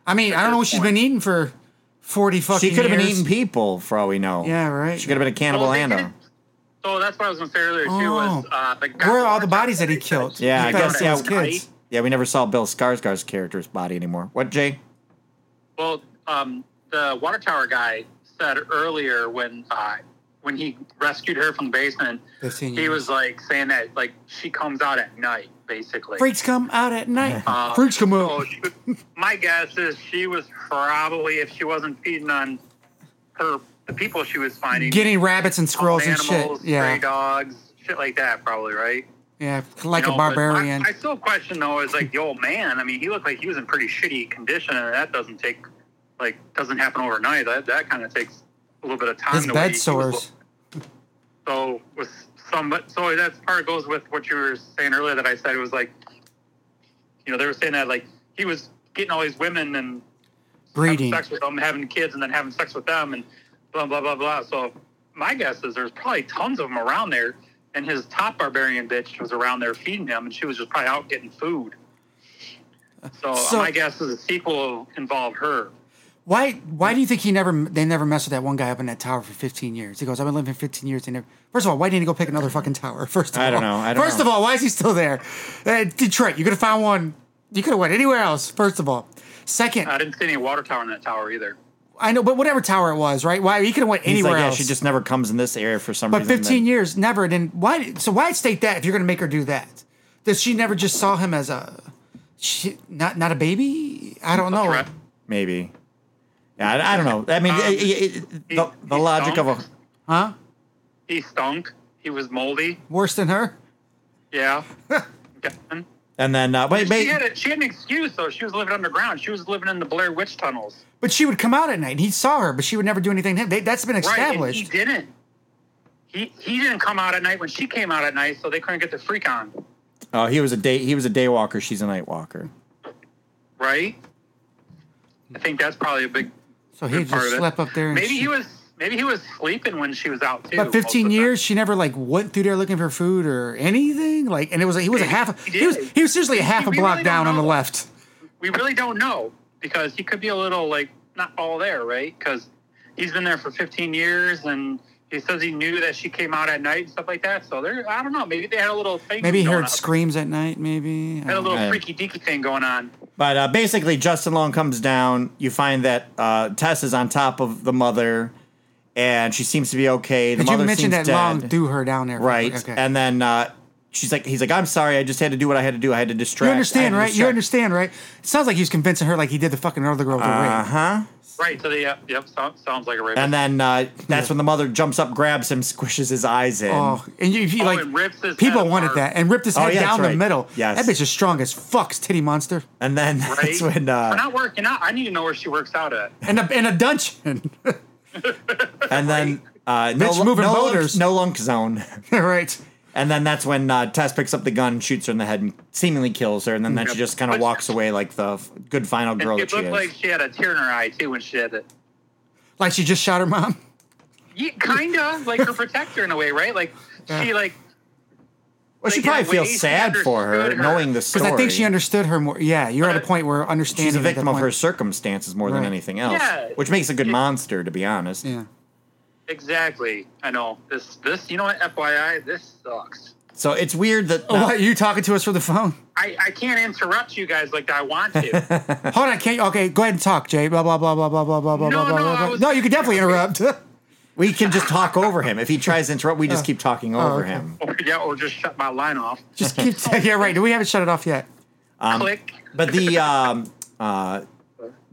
S3: I mean, I don't know what she's been eating for forty fucking.
S4: She could have been
S3: years.
S4: eating people for all we know.
S3: Yeah, right.
S4: She could have been a cannibal
S5: Well, Oh, they
S4: Anna.
S5: did- So that's what I was gonna say earlier too. Was
S3: Oh.
S5: uh, the guy
S3: Where are all the bodies that he killed?
S4: Yeah, I
S3: He found
S4: guess
S3: it
S4: yeah.
S3: was kids.
S4: Yeah, we never saw Bill Skarsgård's character's body anymore. What, Jay?
S5: Well, um, the water tower guy said earlier when uh, when he rescued her from the basement,
S3: Fifteen
S5: he
S3: years.
S5: was like saying that like she comes out at night, basically.
S3: Freaks come out at night.
S5: Uh,
S3: Freaks come
S5: so
S3: out.
S5: she- my guess is she was probably if she wasn't feeding on her the people she was finding,
S3: Getting rabbits and squirrels and
S5: animals,
S3: shit. Yeah,
S5: stray dogs, shit like that, probably right.
S3: yeah, like
S5: You
S3: a
S5: know, but
S3: barbarian.
S5: I, I still question though is like the old man. I mean, he looked like he was in pretty shitty condition, and that doesn't take like doesn't happen overnight. That that kind of takes a little bit of time.
S3: His
S5: the way
S3: bed
S5: he was
S3: sores.
S5: look- So was some, but so that part goes with what you were saying earlier that I said it was like, you know, they were saying that like he was getting all these women and
S3: Breeding.
S5: having sex with them, having kids, and then having sex with them, and blah blah blah blah. So my guess is there's probably tons of them around there, and his top barbarian bitch was around there feeding him, and she was just probably out getting food. So,
S3: So-
S5: my guess is the sequel involved her.
S3: Why? Why do you think he never? They never messed with that one guy up in that tower for 15 years. He goes, "I've been living 15 years." They never. First of all, why didn't he go pick another fucking tower? First of
S4: I
S3: all,
S4: don't know, I don't
S3: first
S4: know.
S3: of all, why is he still there? Uh, Detroit, you could have found one. You could have went anywhere else. First of all, second,
S5: I didn't see any water tower in that tower either.
S3: I know, but whatever tower it was, right? Why he could have went
S4: He's
S3: anywhere
S4: like, yeah,
S3: else?
S4: she just never comes in this area for some
S3: but
S4: reason.
S3: 15
S4: then-
S3: years, never. Then why? So why state that if you're going to make her do that? That she never just saw him as a, she, not not a baby. I don't
S4: Oh,
S3: know.
S5: threat.
S4: maybe. Yeah, I, I don't know. I mean,
S5: Um,
S4: it, it, it, the,
S5: he-
S4: the
S5: he
S4: logic of a
S5: stunk.
S3: Huh?
S5: He stunk. He was moldy.
S3: Worse than her.
S5: Yeah.
S4: and then uh, wait,
S5: She
S4: wait,
S5: had, a, she had an excuse though. She was living underground. She was living in the Blair Witch tunnels.
S3: But she would come out at night. and He saw her, but she would never do anything to him. They, that's been
S5: Right, and
S3: established.
S5: he didn't. He he didn't come out at night when she came out at night, so they couldn't get the freak on,
S4: oh, he was a day, he was a day walker. She's a night walker.
S5: right? I think that's probably a big.
S3: so he
S5: big part
S3: just
S5: of it.
S3: slept up there. And
S5: Maybe
S3: she-
S5: he was maybe he was sleeping when she was out too.
S3: But 15
S5: most of the
S3: years, she never like went through there looking for food or anything. Like, and it was like he was a
S5: He-
S3: half.
S5: he
S3: He was
S5: did.
S3: he was seriously a half a
S5: We
S3: block
S5: really don't
S3: down on the
S5: know.
S3: left.
S5: time. We really don't know because he could be a little like not all there, right? Because he's been there for 15 years and. He says he knew that she came out at night and stuff like that. So there, I don't know. Maybe they had a little thing.
S3: Maybe he
S5: going
S3: heard
S5: on.
S3: screams at night. Maybe I
S5: Had a
S3: don't know.
S5: little
S4: Right.
S5: freaky deaky thing going on.
S4: But uh, basically, Justin Long comes down. You find that uh, Tess is on top of the mother, and she seems to be okay. The
S3: But
S4: mother
S3: you mentioned that
S4: seems
S3: long
S4: dead.
S3: threw her down there,
S4: right?
S3: Okay.
S4: And then uh, she's like, he's like, I'm sorry, I just had to do what I had to do. I had to distract.
S3: you understand,
S4: I had to
S3: right? You
S4: distract."
S3: understand, right? It sounds like he was convincing her like he did the fucking other girl with the ring.
S4: Uh huh.
S5: Right. So they, yep, yep so, sounds like a rape.
S4: And then uh, that's when the mother jumps up, grabs him, squishes his eyes in.
S3: Oh, and you, if you
S5: Oh,
S3: like
S5: and rips his
S3: people
S5: head
S3: wanted
S5: apart.
S3: that and ripped his
S4: Oh,
S3: head
S4: yeah,
S3: down
S4: that's
S3: the
S4: right.
S3: middle.
S4: Yes.
S3: that bitch is strong as fuck's titty monster.
S4: And then
S5: right?
S4: that's when
S5: We're
S4: uh,
S5: not working out. I need to know where she works out at.
S3: and a and a dungeon.
S4: and then uh, no,
S3: Bitch
S4: lu-
S3: moving
S4: no, lunk-
S3: boulders.
S4: no lunk zone.
S3: right.
S4: and then that's when uh, Tess picks up the gun, shoots her in the head, and seemingly kills her. And then, then she
S5: Yep.
S4: just kind of
S5: But-
S4: walks away like the f- good final
S5: And
S4: girl
S5: she
S4: that
S5: looked
S4: she is.
S5: like she had a tear in her eye too when she did it.
S3: Like she just shot her mom.
S5: Yeah, kind of like her protector in a way, right? Like she like
S4: Well, she
S5: Like, in a
S4: probably
S5: way, she
S4: feels sad for her,
S5: understood her.
S4: knowing the
S3: Because
S4: story.
S3: I think she understood her more. Yeah, you're at a
S5: But-
S3: point where understanding.
S4: She's a
S3: at that
S4: victim of
S3: point-
S4: her circumstances more than
S3: Right.
S4: anything else,
S5: Yeah.
S4: which makes a good
S5: Yeah.
S4: monster, to be honest.
S3: Yeah.
S5: exactly. I know this. This you know what? FYI, this sucks.
S4: So it's weird that
S3: Oh, what? You talking to us for the phone?
S5: I, I can't interrupt you guys like I want to.
S3: Hold on. Can't you? Okay, go ahead and talk, Jay. Blah, blah, blah, blah, blah, blah, blah, blah,
S5: No,
S3: blah,
S5: no,
S3: blah,
S5: I
S3: blah.
S5: was-
S3: No, you could definitely interrupt.
S4: we can just talk over him. If he tries to interrupt, we just keep talking over
S3: Uh, oh, okay.
S4: him.
S5: or, yeah, or just shut my line off.
S3: Just keep.
S5: Oh,
S3: yeah, right. Do we haven't shut it off yet?
S5: Click.
S4: Um, But the um, uh,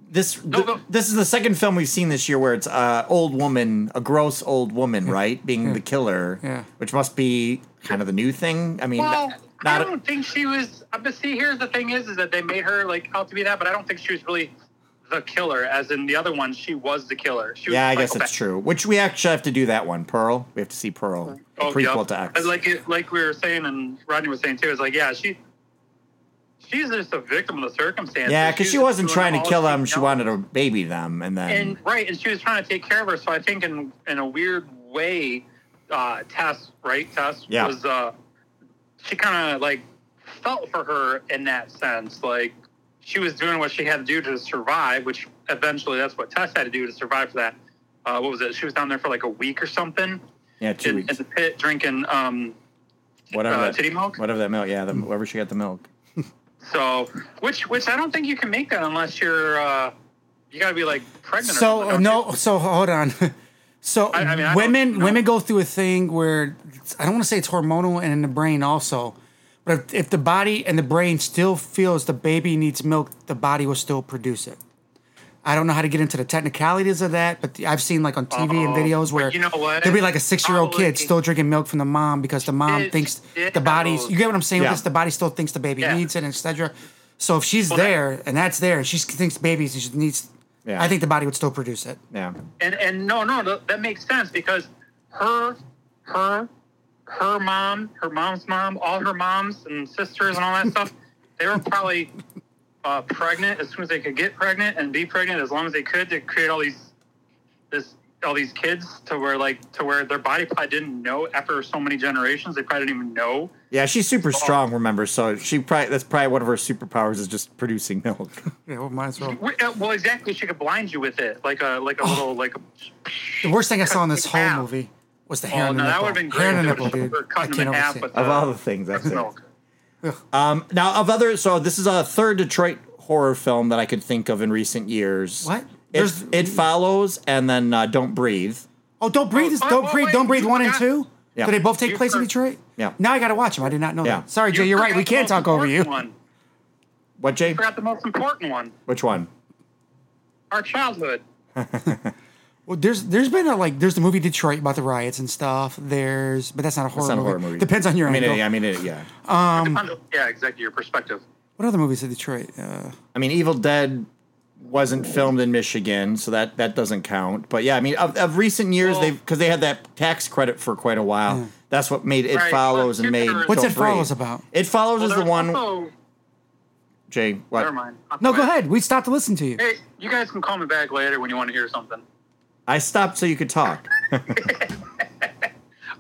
S4: this th-
S5: go.
S4: this is the second film we've seen this year where it's uh, old woman, a gross old woman, right, being the killer,
S3: Yeah.
S4: which must be kind of the new thing. I mean,
S5: Well,
S4: not-
S5: I
S4: not
S5: don't think she was. uh, But see, here's the thing: is is that they made her like out to be that, but I don't think she was really the killer. As in the other one, she was the killer. She was
S4: yeah, I
S5: Michael
S4: guess that's
S5: Bay.
S4: true. Which we actually have to do that one, Pearl. We have to see Pearl, the
S5: Oh,
S4: prequel
S5: yep.
S4: to X.
S5: And Like it, like we were saying, and Rodney was saying too, is like yeah, she she's just a victim of the circumstances.
S4: yeah, because she
S5: was
S4: wasn't
S5: doing
S4: trying to
S5: all
S4: kill
S5: she
S4: them; she
S5: knows.
S4: wanted to baby them, and then
S5: and right, and she was trying to take care of her. So I think in in a weird way, uh, Tess, right? Tess
S4: Yeah.
S5: was uh, she kind of like felt for her in that sense, like she was doing what she had to do to survive. Which eventually, that's what Tess had to do to survive for that. Uh, what was it? She was down there for like a week or something
S4: yeah, two
S5: in, in
S4: weeks,
S5: the pit drinking. Um,
S4: whatever
S5: uh,
S4: that
S5: titty milk?
S4: whatever that milk. Yeah, the, whoever she got the milk.
S5: so which which I don't think you can make that unless you're uh, you got to be like pregnant. or
S3: So
S5: something, don't
S3: no. So hold on. So
S5: I- I mean, I don't
S3: women
S5: know.
S3: women go through a thing where it's- I don't want to say it's hormonal and in the brain also, but if, if the body and the brain still feels the baby needs milk, the body will still produce it. I don't know how to get into the technicalities of that, but the- I've seen like on TV and
S5: Oh,
S3: videos
S5: but
S3: where
S5: you know what?
S3: there'll be like a six year old kid
S5: Probably-
S3: still drinking milk from the mom because the mom
S5: It-
S3: thinks
S5: it
S3: the body's.
S5: knows.
S3: You get what I'm saying?
S4: Yeah.
S3: With this, the body still thinks the baby
S5: Yeah.
S3: needs it, etc. So if she's
S5: that-
S3: there and that's there, and she thinks babies, and she needs.
S4: Yeah.
S3: I think the body would still produce it.
S4: Yeah,
S5: and and no no th- that makes sense because her her her mom her mom's mom all her moms and sisters and all that stuff they were probably uh, pregnant as soon as they could get pregnant and be pregnant as long as they could to create all these this all these kids to where like to where their body probably didn't know after so many generations they probably didn't even know
S4: yeah, she's super strong. Remember, so she probably that's probably one of her superpowers is just producing milk.
S3: Yeah, well, might as well.
S5: We- uh, well exactly she could blind you with it like a
S3: Oh.
S5: like a little like a,
S3: The worst thing I saw in this
S5: Cut
S3: whole
S5: in half.
S3: movie was the hair
S5: oh
S3: and
S5: no
S3: the
S5: that
S3: nipple.
S5: would have been
S3: Hair
S5: great
S3: and the
S5: if
S3: nipple,
S5: they
S3: dude.
S5: would've
S3: I
S5: cut them
S3: can't
S5: in half with
S3: oversee.
S4: of all the things, that's
S5: the
S4: it.
S5: milk.
S4: Um, now of other, so this is a third Detroit horror film that I could think of in recent years.
S3: What? There's-
S4: It, it follows, and then uh, Don't Breathe.
S3: Oh, don't breathe! is
S5: Oh,
S3: don't
S5: wait,
S3: breathe!
S5: wait,
S3: don't breathe!
S5: you
S3: One and
S5: forgot-
S3: two.
S4: Yeah.
S3: Do they both take
S5: You
S3: place in
S5: for-
S3: Detroit?
S4: Yeah.
S3: Now I gotta watch them. I did not know
S4: Yeah.
S3: that. Sorry, Jay. You're right. We can't
S5: forgot the most
S3: talk over you.
S5: important one.
S4: What, Jay?
S5: forgot the most important one
S4: Which one?
S5: our childhood.
S3: Well, there's there's been a like there's the movie Detroit about the riots and stuff. There's but that's not a horror,
S4: It's not a
S3: movie.
S4: horror movie.
S3: Depends on your
S4: I mean,
S3: angle.
S4: it- I mean, it, yeah.
S3: Um,
S5: yeah, exactly. Your perspective.
S3: What other movies in Detroit? Uh,
S4: I mean, Evil Dead wasn't filmed in Michigan, so that that doesn't count. But yeah, I mean, of, of recent years,
S5: Well-
S4: they've because they had that tax credit for quite a while. That's what made It
S5: Right,
S4: Follows
S5: but
S4: and made.
S5: What's
S3: What's
S4: Don't
S3: It Follows
S4: Breathe.
S3: about?
S4: It Follows
S5: Well,
S4: is the
S5: there's
S4: one.
S5: Also,
S4: Jay, what?
S5: never mind. I'll
S3: no, go
S5: quit.
S3: ahead. We stopped to listen to you.
S5: Hey, you guys can call me back later when you want to hear something.
S4: I stopped so you could talk.
S5: I,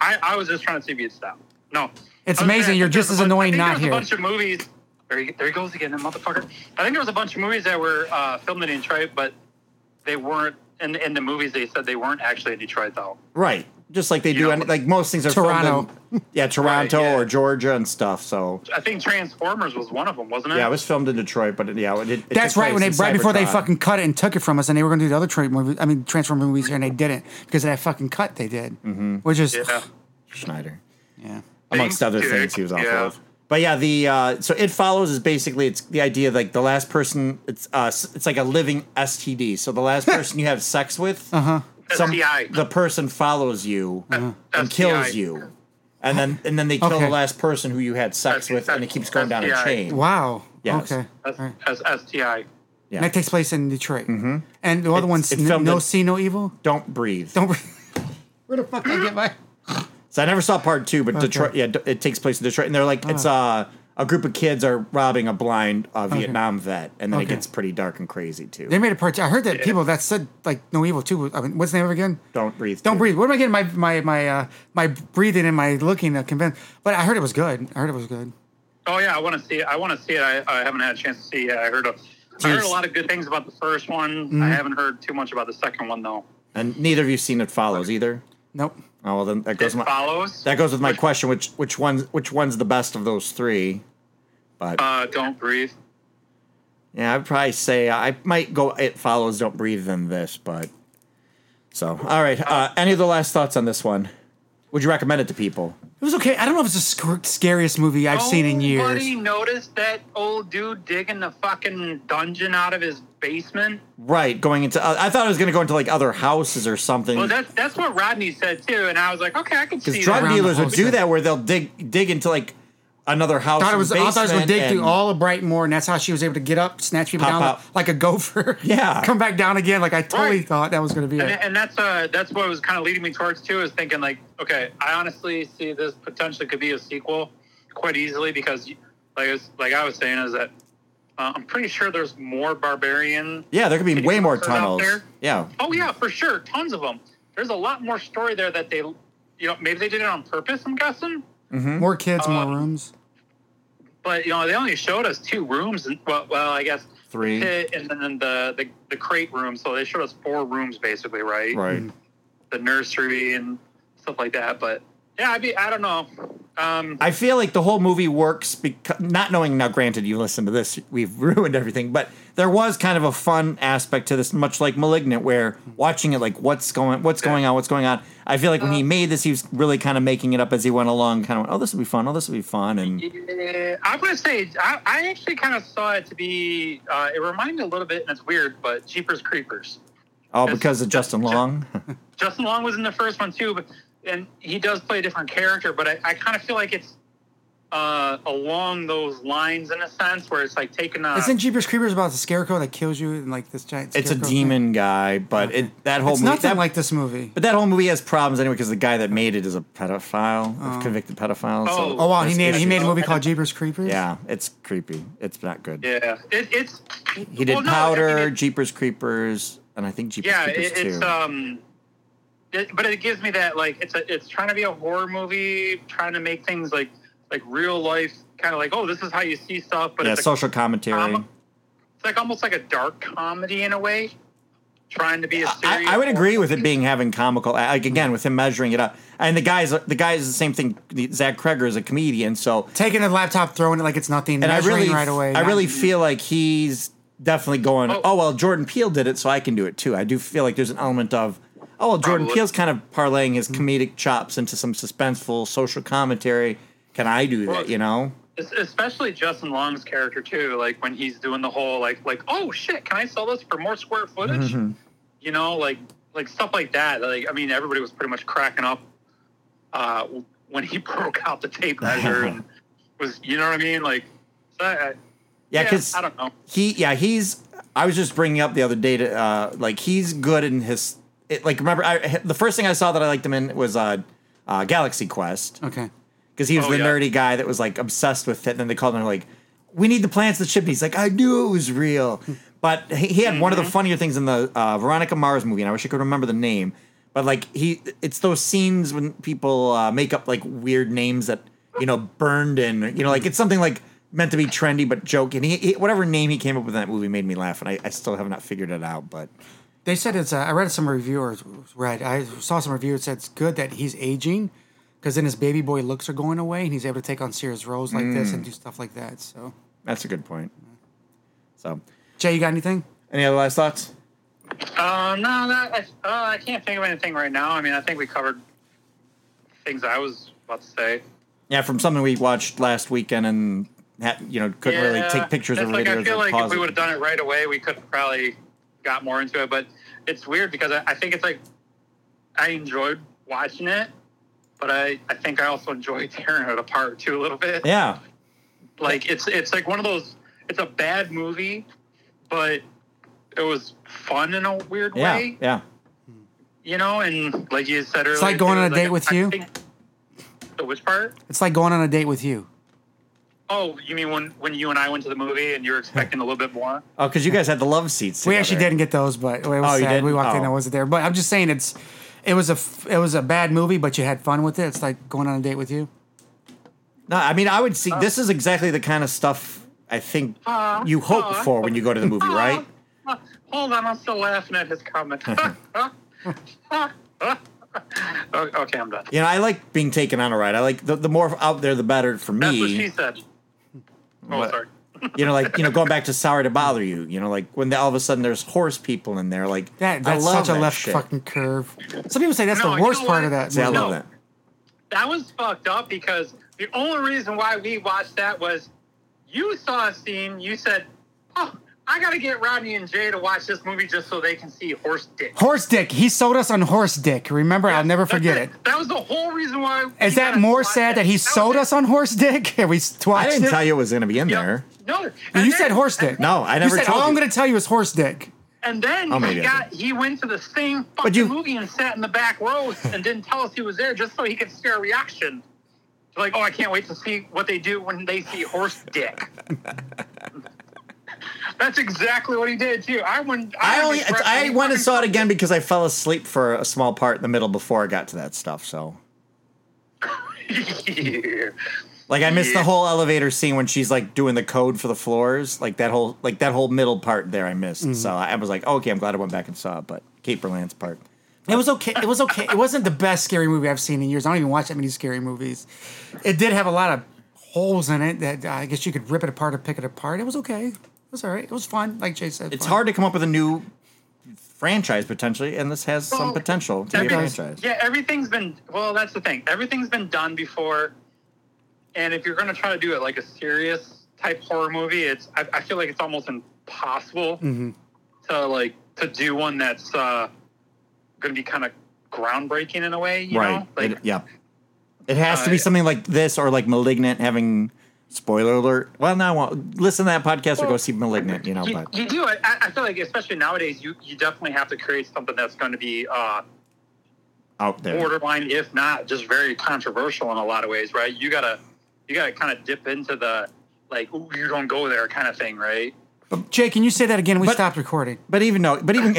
S5: I was just trying to see if you'd stop. No.
S3: It's
S5: I was
S3: amazing,
S5: gonna-
S3: you're
S5: I think there
S3: just
S5: was
S3: as
S5: a bunch-
S3: annoying
S5: I think there
S3: not
S5: was
S3: here.
S5: A bunch of movies. There he, there he goes again, that motherfucker. I think there was a bunch of movies that were uh, filmed in Detroit, but they weren't. In, in the movies, they said they weren't actually in Detroit, though.
S4: Right. Just like they
S5: You
S4: do,
S5: know-
S4: any, like most things are
S3: Toronto.
S4: filmed in, yeah, Toronto
S5: yeah.
S4: or Georgia and stuff. So
S5: I think Transformers was one of them, wasn't it?
S4: yeah, it was filmed in Detroit, but it, yeah, it, it
S3: That's
S4: took
S3: right. When they
S4: place in
S3: right before they
S4: Cybertron.
S3: fucking cut it and took it from us, and they were going to do the other Detroit movie. I mean, Transformer movies here, and they didn't because of that fucking cut they did. Mm-hmm. Which is
S5: Yeah.
S4: Schneider,
S3: yeah.
S4: amongst
S5: Thanks,
S4: other
S5: Dick.
S4: things, he was awful.
S5: Yeah.
S4: of. But yeah, the uh, so it follows is basically it's the idea like the last person it's uh s- it's like a living STD. So the last person you have sex with, uh-huh.
S5: STI.
S4: the person follows you
S5: Uh-huh.
S4: and
S5: STI.
S4: kills you, and then and then they kill
S3: Okay.
S4: the last person who you had sex with, and it keeps going down a
S5: STI.
S4: chain.
S3: Wow.
S4: Yes.
S3: Okay.
S5: S-
S3: All right.
S5: S- STI.
S4: Yeah.
S3: And that takes place in Detroit. Mm-hmm. And the other
S4: It's-
S3: one's
S4: it
S3: N-
S4: filmed
S3: No
S4: in-
S3: See, No Evil.
S4: Don't breathe.
S3: Don't. Breathe. Where the fuck did I get my? Ah.
S4: So I never saw part two, but Detroit. Yeah, d- it takes place in Detroit, and they're like it's uh a group of kids are robbing a blind uh, Vietnam vet, and then it
S3: Okay.
S4: gets pretty dark and crazy too.
S3: They made a part. I heard that people that said like no evil too. I mean, what's the name of it again?
S4: Don't breathe.
S3: Don't
S4: Too.
S3: breathe. What am I getting my my my uh, my breathing and my looking uh, convinced? But I heard it was good. I heard it was good.
S5: Oh yeah, I want to see it. I want to see it. I, I haven't had a chance to see it. yet. I heard a, I heard a lot of good things about the first one.
S3: Mm-hmm.
S5: I haven't heard too much about the second one though.
S4: And neither of you seen it follows either.
S3: Nope.
S4: Oh well, then that
S5: It
S4: goes. My,
S5: follows.
S4: that goes with my question: which which one's which one's the best of those three? But
S5: uh, don't breathe.
S4: yeah, I'd probably say I might go. It follows. Don't breathe. Than this, but so all right. Uh, any of the last thoughts on this one? Would you recommend it to people?
S3: It was okay. I don't know if it's the sc- scariest movie I've seen in years.
S5: Nobody noticed that old dude digging the fucking dungeon out of his basement.
S4: Right, going into. Uh, I thought it was going to go into like other houses or something.
S5: Well, that's that's what Rodney said too, and I was like, okay, I can
S4: because
S5: see
S4: drug
S5: that.
S3: around the
S4: dealers
S3: whole
S4: would do
S3: city.
S4: that where they'll dig dig into like another house.
S3: I thought it
S4: and
S3: was. I thought it was gonna
S4: basement
S3: dig through
S4: and-
S3: all of Brightmoor, and that's how she was able to get up, snatch people
S4: Pop
S3: down
S4: out.
S3: like a gopher.
S4: Yeah.
S3: come back down again. Like I totally
S5: Right.
S3: thought that was gonna be
S5: And,
S3: it.
S5: and that's uh that's what was kind of leading me towards too is thinking like, okay, I honestly see this potentially could be a sequel quite easily because like I was, like I was saying is that uh, I'm pretty sure there's more barbarian.
S4: Yeah, there could be
S5: Did
S4: way
S5: you
S4: more
S5: look for it out
S4: tunnels.
S5: there?
S4: Yeah,
S5: Oh yeah, for sure, tons of them. There's a lot more story there that they, you know, maybe they did it on purpose. I'm guessing,
S3: Hmm? More kids,
S5: Uh,
S3: more rooms.
S5: but you know, they only showed us two rooms. And, well, well, I guess
S4: Three.
S5: pit and then the, the the crate room. So they showed us four rooms basically, right?
S4: right.
S5: the nursery and stuff like that. But yeah, I be I don't know. Um,
S4: I feel like the whole movie works because not knowing. Now, granted, you listen to this, we've ruined everything. But there was kind of a fun aspect to this, much like *Malignant*, where watching it, like what's going, what's going on, what's going on. I feel like when he
S5: Uh.
S4: made this, he was really kind of making it up as he went along. Kind of, went, oh, this will be fun. Oh, this will be fun. And
S5: yeah, I'm gonna say I, I actually kind of saw it to be. Uh, it reminded me a little bit, and it's weird, but Jeepers Creepers.
S4: oh, because of Justin Long.
S5: Justin Long was in the first one too, but and he does play a different character. But I, I kind of feel like it's uh, along those lines in a sense, where it's like taking a.
S3: Isn't Jeepers Creepers about the scarecrow that kills you and like this giant?
S4: it's a
S3: scarecrow thing?
S4: demon guy, but it, that whole
S3: It's
S4: movie,
S3: nothing
S4: that-
S3: like this movie.
S4: But that whole movie has problems anyway because the guy that made it is a pedophile, a convicted pedophile. so
S3: Oh wow, he
S4: there's
S3: made he
S4: issues.
S3: made a movie called Jeepers Creepers.
S4: Yeah, it's creepy. It's not good.
S5: yeah, it, it's.
S4: He did
S5: well, no, I mean,
S4: Powder,
S5: it-
S4: Jeepers Creepers, and I think Jeepers
S5: yeah
S4: Creepers
S5: it, it's
S4: too.
S5: um it, but it gives me that like it's a, it's trying to be a horror movie trying to make things like like real life kind of like oh this is how you see stuff but
S4: yeah,
S5: it's,
S4: social
S5: like,
S4: commentary.
S5: com- it's like almost like a dark comedy in a way trying to be a
S4: I,
S5: serious
S4: I would agree
S5: horror-
S4: with it being having comical. Like again, with him measuring it up, and the guys, the guy is the same thing. the- Zach Kreger is a comedian, so
S3: Taking the laptop, throwing it like it's nothing,
S4: and I
S3: measuring
S4: really,
S3: right away.
S4: I
S3: not-
S4: really feel like he's definitely going. Oh.
S5: Oh.
S4: well, Jordan Peele did it, so I can do it too. I do feel like there's an element of, oh, well, Jordan
S5: Probably.
S4: Peele's kind of parlaying his comedic chops into some suspenseful social commentary. Can I do that?
S5: Well,
S4: You know,
S5: Es- especially justin long's character too like when he's doing the whole like like oh shit can i sell this for more square footage you know like like stuff like that like i mean everybody was pretty much cracking up uh w- when he broke out the tape measure and was you know what i mean like so I,
S4: yeah,
S5: yeah,
S4: because
S5: i don't know
S4: he yeah he's i was just bringing up the other day to uh like he's good in his it, like remember I, the first thing i saw that i liked him in was uh, uh galaxy quest
S3: okay.
S4: because he was
S5: Oh,
S4: the
S5: yeah.
S4: nerdy guy that was like obsessed with it and then they called him like we need the plants that ship he's like i knew it was real but he, he had one of the funnier things in the uh, veronica mars movie and i wish i could remember the name but like he it's those scenes when people uh, make up like weird names that you know burned in you know like it's something like meant to be trendy but joke and he, he whatever name he came up with in that movie made me laugh and i, I still have not figured it out but
S3: They said it's. Uh, I read some reviewers. Right, I saw some reviewers said it's good that he's aging, because then his baby boy looks are going away, and he's able to take on serious roles like this
S4: Mm.
S3: and do stuff like that. So,
S4: that's a good point so
S3: Jay, you got anything?
S4: any other last thoughts
S5: um no that I, uh, I can't think of anything right now i mean i think we covered things i was about to say
S4: Yeah, from something we watched last weekend and ha you know couldn't really take pictures
S5: that's
S4: or
S5: like,
S4: videos
S5: I feel
S4: or
S5: like
S4: pause
S5: if we
S4: it.
S5: would have done it right away, we could have probably got more into it. But it's weird because I, I think it's like I enjoyed watching it, but I, I think I also enjoyed tearing it apart too a little bit.
S4: Yeah,
S5: Like it's it's like one of those. It's a bad movie, but it was fun in a weird
S4: yeah,
S5: way.
S4: yeah.
S5: You know, and like you said earlier,
S3: like going
S5: too,
S3: on a date with
S5: I
S3: you.
S5: think- The which part?
S3: It's like going on a date with you.
S5: Oh, you mean when when you and I went to the movie and you were expecting a little bit more?
S4: Oh, because you guys had the love seats.
S3: We actually
S4: together.
S3: didn't get those, but it was
S4: Oh, you
S3: sad. We
S4: didn't?
S3: walked in
S4: Oh.
S3: and it wasn't there. But I'm just saying it's it was a f- it was a bad movie, but you had fun with it. It's like going on a date with you.
S4: No, I mean I would see. This is exactly the kind of stuff I think you hope
S5: aw.
S4: for when you go to the movie, right?
S5: Uh, Hold on, I'm still laughing at his comment. O- okay, I'm done.
S4: You know, I like being taken on a ride. I like the, the more out there, the better for
S5: That's what she
S4: me.
S5: said. Oh,
S4: What?
S5: sorry.
S4: You know, like you know, going back to "Sorry to Bother You." You know, like when the, all of a sudden there's horse people in there. Like
S3: That
S4: I
S3: that's
S4: love
S3: such a
S4: that
S3: left
S4: shit.
S3: fucking curve. Some people say that's
S5: No,
S3: the
S5: you
S3: worst
S5: know
S3: part
S5: what?
S3: of that.
S4: See, I
S3: movie.
S4: love
S5: No.
S4: that.
S5: That was fucked up because the only reason why we watched that was you saw a scene. You said, "Oh, I gotta get Rodney and Jay to watch this movie just so they can see horse dick."
S3: Horse dick. He sold us on horse dick. Remember, I'll never
S5: That's
S3: forget it.
S5: That was the whole reason why.
S3: Is
S5: we
S3: that
S5: gotta
S3: more
S5: watch
S3: sad that he
S5: was
S3: sold
S5: it.
S3: us on horse dick? And we watched
S4: I didn't
S3: it?
S4: tell you it was going to be in
S5: Yep.
S4: there.
S5: No,
S3: you
S5: and
S3: said
S5: then-
S3: horse dick.
S4: No, I never
S3: You said
S4: told
S3: all I'm
S4: you.
S3: going to tell you is horse dick.
S5: And then
S4: Oh, maybe
S5: he
S4: I
S5: got he went to the same fucking
S4: you-
S5: movie and sat in the back row and didn't tell us he was there just so he could scare a reaction. Like, oh, I can't wait to see what they do when they see horse dick. That's exactly what he did too. I went.
S4: I only
S5: regret-
S4: I went and saw it again because I fell asleep for a small part in the middle before I got to that stuff. So
S5: Yeah.
S4: like I missed
S5: Yeah.
S4: the whole elevator scene when she's like doing the code for the floors. Like that whole like that whole middle part there I missed.
S5: Mm-hmm.
S4: So I was like, okay, I'm glad I went back and saw it. But Kate Berlan's part.
S3: It was okay. It was okay. It wasn't the best scary movie I've seen in years. I don't even watch that many scary movies. It did have a lot of holes in it that I guess you could rip it apart or pick it apart. It was okay. It was all right. It was fun, like Jay said.
S4: It's
S3: fun.
S4: hard to come up with a new franchise potentially, and this has some
S5: Well,
S4: potential to be a
S5: everything-
S4: franchise.
S5: Yeah, everything's been well. That's the thing. Everything's been done before, and if you're going to try to do it like a serious type horror movie, it's I, I feel like it's almost impossible to like to do one that's uh, going to be kind of groundbreaking in a way. You know, like
S4: it, yeah. It has to
S5: Uh,
S4: be something like this or like Malignant having spoiler alert. Well, no, I won't. Listen to that podcast or go see Malignant, you know,
S5: you,
S4: but
S5: you do. I, I feel like especially nowadays, you you definitely have to create something that's going to be. Uh,
S4: out there.
S5: borderline, if not just very controversial in a lot of ways, right? You gotta you gotta kind of dip into the like Ooh, you don't go there kind of thing, right?
S3: Jay, can you say that again? We
S4: But-
S3: stopped recording.
S4: But even though, but even,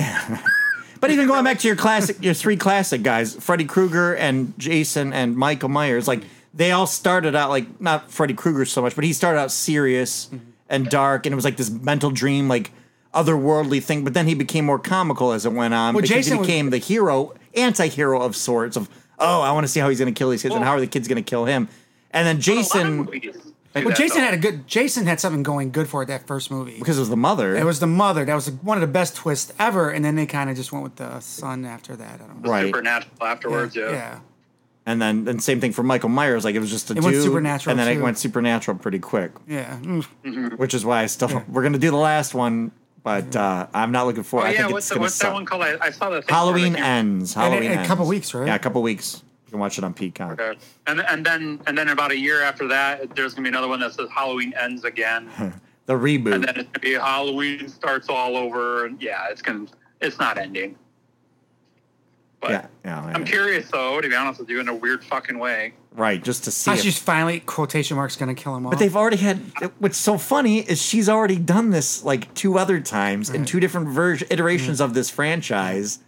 S4: but even going back to your classic, your three classic guys, Freddy Krueger and Jason and Michael Myers, like they all started out like not Freddy Krueger so much, but he started out serious and dark, and it was like this mental dream, like otherworldly thing. But then he became more comical as it went on
S3: Well,
S4: because
S3: Jason
S4: he
S3: was-
S4: became the hero, anti-hero of sorts. Of oh, I want to see how he's going to kill these kids, and
S5: Well-
S4: how are the kids going to kill him? And then
S5: Oh,
S4: Jason,
S5: Well,
S3: Well, Jason had a good. Jason had something going good for it that first movie.
S4: because it was the mother,
S3: It was the mother. That was one of the best twists ever. And then they kind of just went with the son after that. I don't know.
S4: Right.
S5: supernatural afterwards. Yeah,
S3: yeah.
S4: and then and same thing for Michael Myers, like it was just
S3: It
S4: a dude,
S3: went supernatural,
S4: and then
S3: too.
S4: it went supernatural pretty quick.
S3: Yeah. Mm.
S4: which is why I still we're gonna do the last one, but
S3: Mm-hmm.
S4: uh, I'm not looking
S5: Oh
S4: forward. I
S5: yeah,
S4: think
S5: what's,
S4: it's
S5: the,
S4: gonna
S5: what's that
S4: suck.
S5: one called? I, I saw the thing
S4: Halloween
S5: where
S4: ends.
S3: it-
S4: Halloween
S3: a
S4: ends.
S3: couple weeks, right?
S4: Yeah, a couple weeks. You can watch it on Peacock.
S5: they- okay. uh, and and then and then about a year after that, there's gonna be another one that says Halloween ends again,
S4: The
S5: and
S4: reboot.
S5: then it's gonna be Halloween starts all over. And yeah, it's gonna it's not ending. But
S4: yeah, yeah,
S5: I'm
S4: yeah.
S5: curious though, to be honest with you, in a weird fucking way.
S4: right. Just to see.
S3: Now
S4: if-
S3: she's finally quotation marks gonna kill him all.
S4: but they've already had. What's so funny is she's already done this like two other times in two different
S3: Mm-hmm.
S4: version iterations of this franchise.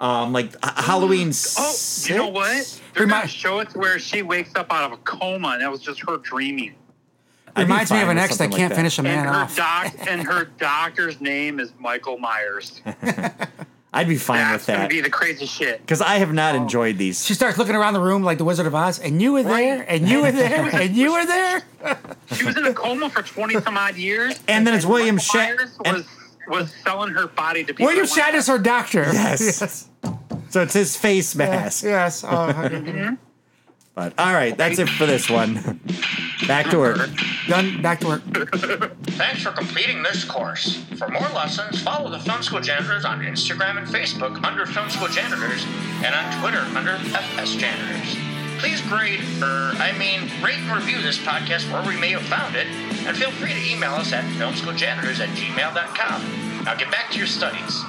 S4: Um, like H- Halloween.
S5: Oh, you know what?
S4: six?
S5: They're
S3: Remi-
S5: gonna show it to where she wakes up out of a coma, and that was just her dreaming.
S4: I'd be
S3: Reminds me of
S4: fine
S3: an
S4: with
S3: ex that
S4: something like
S3: can't finish a man
S5: and her
S3: off.
S5: doc and her doctor's name is Michael Myers.
S4: I'd be fine
S5: That's
S4: with
S5: gonna
S4: that
S5: be Oh. the crazy shit.
S4: because I have not enjoyed these.
S3: She starts looking around the room like the Wizard of Oz, and you were there, and you were there, and you were there.
S5: She was in a coma for twenty some odd years,
S4: And then it's William
S5: Michael
S4: Shat-
S5: Myers
S4: and-
S5: was was selling her body to people.
S3: William
S5: that wanted-
S3: Shatner's her doctor.
S4: Yes. So it's his face mask.
S3: Yes. Oh, okay.
S4: But all right, that's it for this one. Back to work.
S3: Done. Back to work.
S1: Thanks for completing this course. For more lessons, follow the Film School Janitors on Instagram and Facebook under Film School Janitors and on Twitter under FS Janitors. Please grade, er, I mean, rate and review this podcast wherever you may have found it, and feel free to email us at filmschooljanitors at gmail.com. Now get back to your studies.